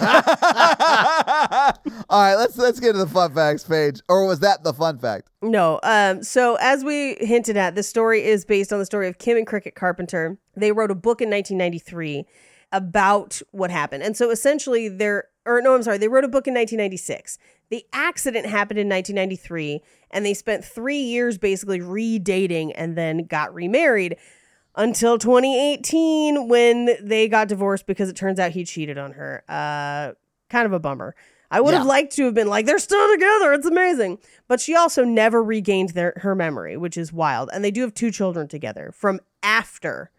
All right, let's let's get to the fun facts page, or was that the fun fact? No. Um, so, as we hinted at, this story is based on the story of Kim and Cricket Carpenter. They wrote a book in 1993 about what happened. And so, essentially, they're, or no, I'm sorry, they wrote a book in 1996. The accident happened in 1993, and they spent three years basically redating and then got remarried until 2018 when they got divorced because it turns out he cheated on her. Uh, kind of a bummer. I would have Yeah. liked to have been like, they're still together. It's amazing. But she also never regained their, her memory, which is wild. And they do have two children together from after.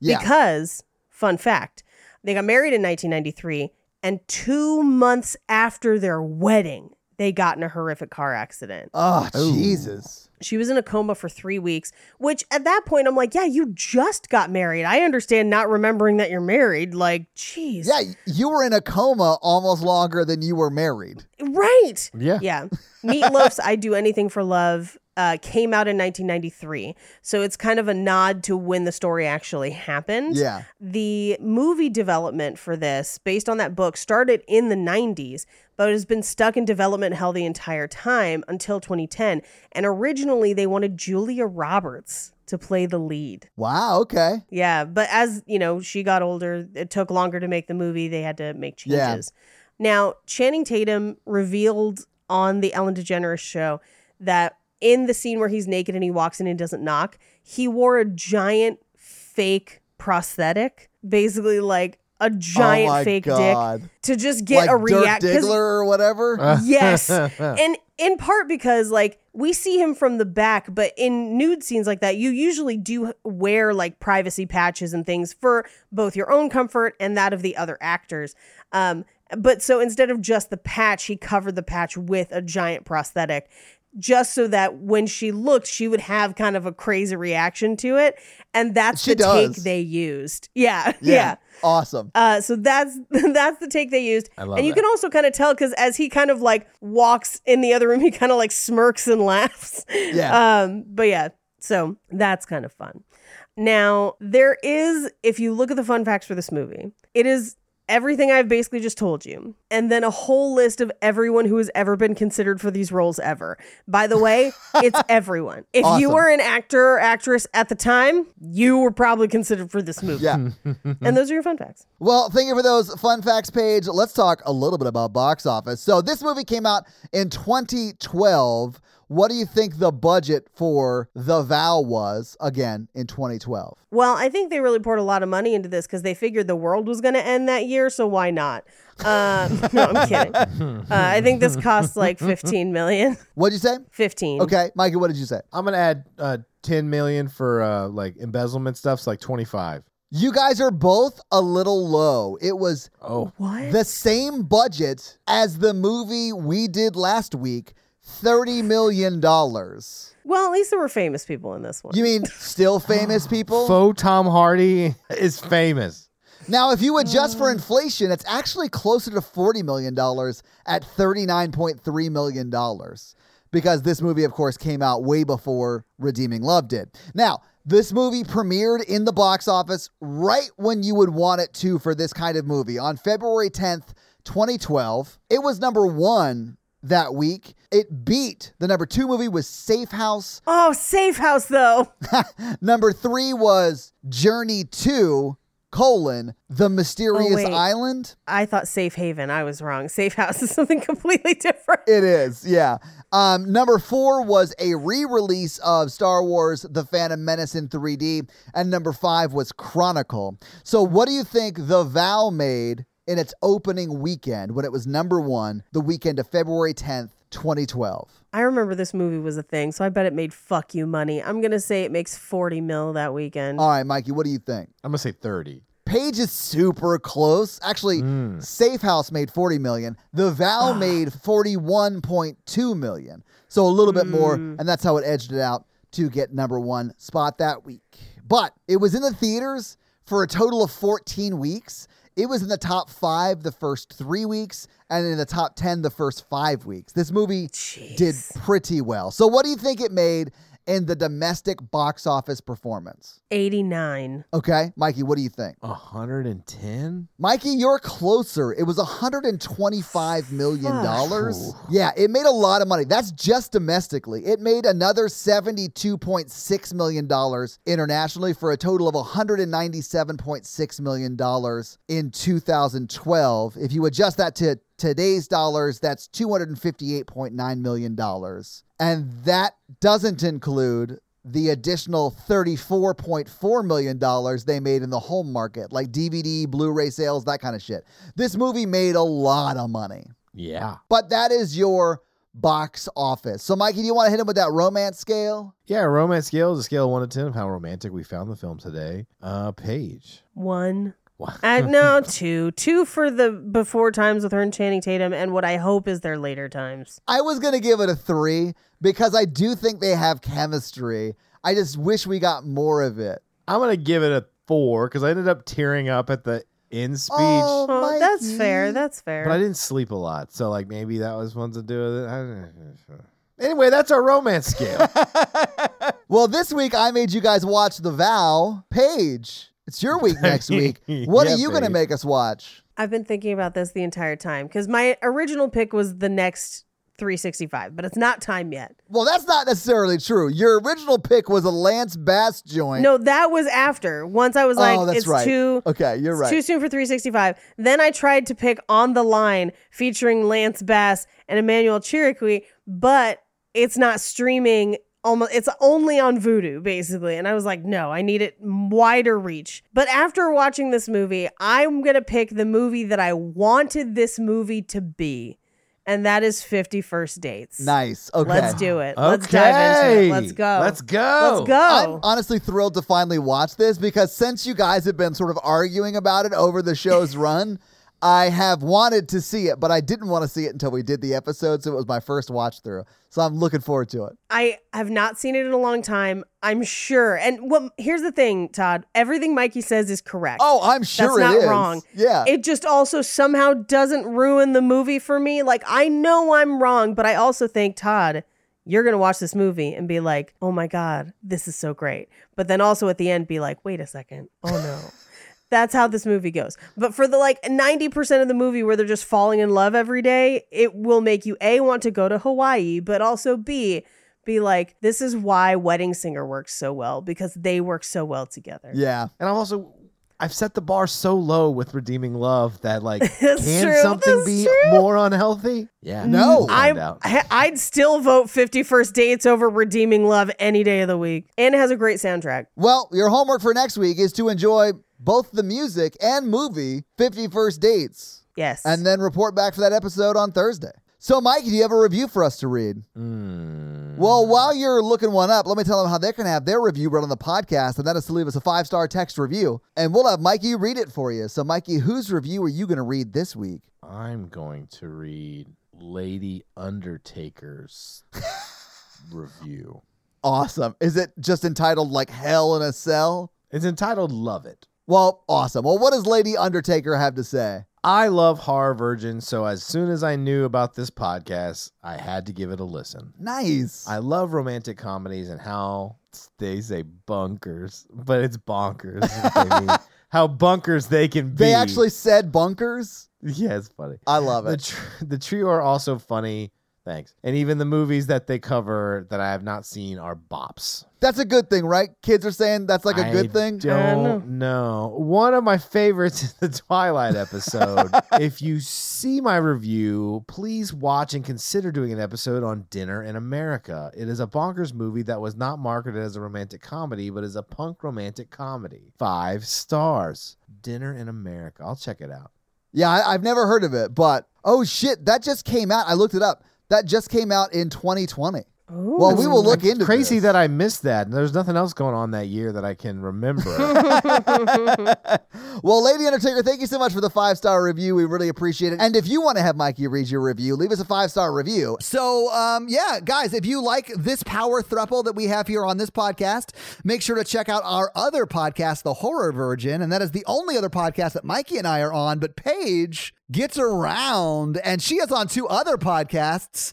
Yeah. Because, fun fact, they got married in 1993. And two months after their wedding, they got in a horrific car accident oh Jesus! she was in a coma for three weeks which at that point i'm like yeah you just got married i understand not remembering that you're married like jeez Yeah, you were in a coma almost longer than you were married. right Yeah. yeah meatloaf's i do anything for love uh, came out in 1993 so it's kind of a nod to when the story actually happened Yeah. the movie development for this, based on that book, started in the 90s, but has been stuck in development hell the entire time until 2010. And originally, they wanted Julia Roberts to play the lead. Wow. Okay. Yeah, but as you know, she got older. It took longer to make the movie. They had to make Yeah. changes. Now, Channing Tatum revealed on the Ellen DeGeneres show that in the scene where he's naked and he walks in and doesn't knock, he wore a giant fake prosthetic, basically like a giant oh my fake God. dick to just get like a react. Dirk 'cause- Diggler or whatever. Uh, yes. And in part because like we see him from the back, but in nude scenes like that, you usually do wear like privacy patches and things for both your own comfort and that of the other actors. Um, but so instead of just the patch, he covered the patch with a giant prosthetic just so that when she looked, she would have kind of a crazy reaction to it. And that's She the take does. they used. Yeah. yeah. Awesome. Uh, so that's that's the take they used, I love and you it. can also kind of tell because as he kind of like walks in the other room, he kind of like smirks and laughs. Yeah. Um. But yeah, so that's kind of fun. Now there is, if you look at the fun facts for this movie, it is everything I've basically just told you, and then a whole list of everyone who has ever been considered for these roles ever. By the way, it's everyone. If you Awesome. were an actor or actress at the time, you were probably considered for this movie. Yeah. And those are your fun facts. Well, thank you for those fun facts page. Let's talk a little bit about box office. So, this movie came out in 2012. What do you think the budget for The Vow was again in 2012? Well, I think they really poured a lot of money into this because they figured the world was going to end that year, so why not? Uh, no, I'm kidding. Uh, I think this cost like 15 million. What did you Mm. say? 15. Okay, Mikey, what did you say? I'm gonna add uh, 10 million for uh, like embezzlement stuff. So like 25. You guys are both a little low. It was Oh, What? the same budget as the movie we did last week, 30 million dollars. well, at least there were famous people in this one. You mean still famous people? faux Tom Hardy is famous. Now, if you adjust for inflation, it's actually closer to $40 million at $39.3 million because this movie, of course, came out way before Redeeming Love did. Now, this movie premiered in the box office right when you would want it to for this kind of movie on February 10th, 2012. It was number one that week. It beat the number two movie was Safe House. oh, Safe House, though. Number three was Journey 2, colon, The Mysterious wait. Island. I thought Safe Haven. I was wrong. Safe House is something completely different. It is, yeah. Um, number four was a re-release of Star Wars: The Phantom Menace in 3D, and number five was Chronicle. So, what do you think The Vow made in its opening weekend when it was number one, the weekend of February 10th, 2012? I remember this movie was a thing, so I bet it made fuck you money. I'm going to say it makes 40 mil that weekend. All right, Mikey, what do you think? I'm gonna say 30. Page is super close. Actually, Safe House made 40 million. The Vow made 41.2 million. So a little bit more, and that's how it edged it out to get number one spot that week. But it was in the theaters for a total of 14 weeks. It was in the top five the first three weeks and in the top 10 the first five weeks. This movie did pretty well. So, what do you think it made in the domestic box office performance? 89. Okay, Mikey, what do you think? 110? Mikey, you're closer. It was 125 million dollars. Yeah, it made a lot of money. That's just domestically. It made another 72.6 million dollars internationally for a total of 197.6 million dollars in 2012. If you adjust that to today's dollars, that's 258.9 million dollars. And that doesn't include the additional $34.4 million they made in the home market, like DVD, Blu ray sales, that kind of shit. This movie made a lot of money, Yeah. but that is your box office. So, Mikey, do you want to hit him with that romance scale? Yeah, romance scale is a scale of 1 to 10 of how romantic we found the film today. Uh, Paige. One. Wow. I, no, two. Two for the before times with her and Channing Tatum, and what I hope is their later times. I was going to give it a three because I do think they have chemistry. I just wish we got more of it. I'm going to give it a 4 because I ended up tearing up at the end speech. Oh, Oh, that's Mikey. fair. That's fair. But I didn't sleep a lot, so like maybe that was one to do with it. I don't know. Anyway, that's our romance scale. Well, this week I made you guys watch The Vow. Paige, it's your week next week. What Yeah, are you going to Paige. make us watch? I've been thinking about this the entire time because my original pick was the next 365, but it's not time yet. Well, that's not necessarily true. Your original pick was a Lance Bass joint. No, that was after. Once I was Oh, like, that's it's right. too. Okay, you're it's right. Too soon for 365. Then I tried to pick On the Line featuring Lance Bass and Emmanuel Chiriqui, but it's not streaming. Almost, it's only on Vudu basically, and I was like, no, I need it wider reach. But after watching this movie, I'm gonna pick the movie that I wanted this movie to be, and that is Fifty First Dates. Nice. Okay. Let's do it. Let's dive into it. Let's Okay. go. Let's go. Let's go. I'm honestly thrilled to finally watch this because since you guys have been sort of arguing about it over the show's run, I have wanted to see it, but I didn't want to see it until we did the episode, so it was my first watch through. So I'm looking forward to it. I have not seen it in a long time. I'm sure. And what here's the thing, Todd. Everything Mikey says is correct. Oh, I'm That's sure it not is. wrong. Yeah. It just also somehow doesn't ruin the movie for me. Like I know I'm wrong, but I also think Todd, you're gonna watch this movie and be like, "Oh my god, this is so great," but then also at the end be like, "Wait a second, oh no." That's how this movie goes. But for the like 90% of the movie where they're just falling in love every day, it will make you A, want to go to Hawaii, but also B, be like, this is why Wedding Singer works so well because they work so well together. yeah. And I'm also I've set the bar so low with redeeming love that like That's can true. something That's be true. Mm, more unhealthy? Yeah. No. Find I, out. I- I'd still vote 51st Dates over Redeeming Love any day of the week. And it has a great soundtrack. Well, your homework for next week is to enjoy both the music and movie 51st Dates. Yes. and then report back for that episode on Thursday. So, Mike, do you have a review for us to read? Hmm. Well, while you're looking one up, let me tell them how they can have their review read on the podcast, and that is to leave us a five star text review, and we'll have Mikey read it for you. So, Mikey, whose review are you going to read this week? I'm going to read Lady Undertaker's review. Awesome. Is it just entitled like Hell in a Cell? It's entitled Love It. Well, awesome. Well, what does Lady Undertaker have to say? I love horror virgin, so as soon as I knew about this podcast, I had to give it a listen. Nice. I love romantic comedies and how they say bunkers, but it's bonkers. is what they mean. How bunkers they can be. they actually said bunkers. yeah, it's funny. I love The it. tr- the trio are also funny. Thanks. And even the movies that they cover that I have not seen are bops. That's a good thing, right? Kids are saying that's like a I good thing. Don't know. One of my favorites is the Twilight episode. if you see my review, please watch and consider doing an episode on Dinner in America. It is a bonkers movie that was not marketed as a romantic comedy, but is a punk romantic comedy. Five stars. Dinner in America. I'll check it out. Yeah, I, I've never heard of it, but oh shit, that just came out. I looked it up. That just came out in 2020. Well, we will look into Crazy this. that I missed that. And there's nothing else going on that year that I can remember. Well, Lady Undertaker, thank you so much for the five star review. We really appreciate it. And if you want to have Mikey read your review, leave us a five star review. So, um, yeah, guys, if you like this power thruple that we have here on this podcast, make sure to check out our other podcast, The Horror Virgin. And that is the only other podcast that Mikey and I are on. But Paige gets around, and she is on two other podcasts.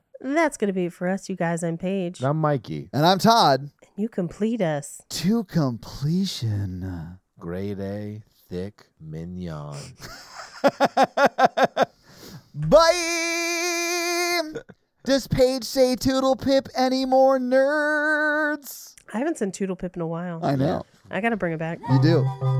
That's gonna be it for us, you guys. I'm Paige. I'm Mikey. And I'm Todd. You complete us. To completion. Grade A, thick mignon. Bye. Does Paige say Toodle Pip anymore, nerds? I haven't seen Toodle Pip in a while. I know. I gotta bring it back. You do. Bye.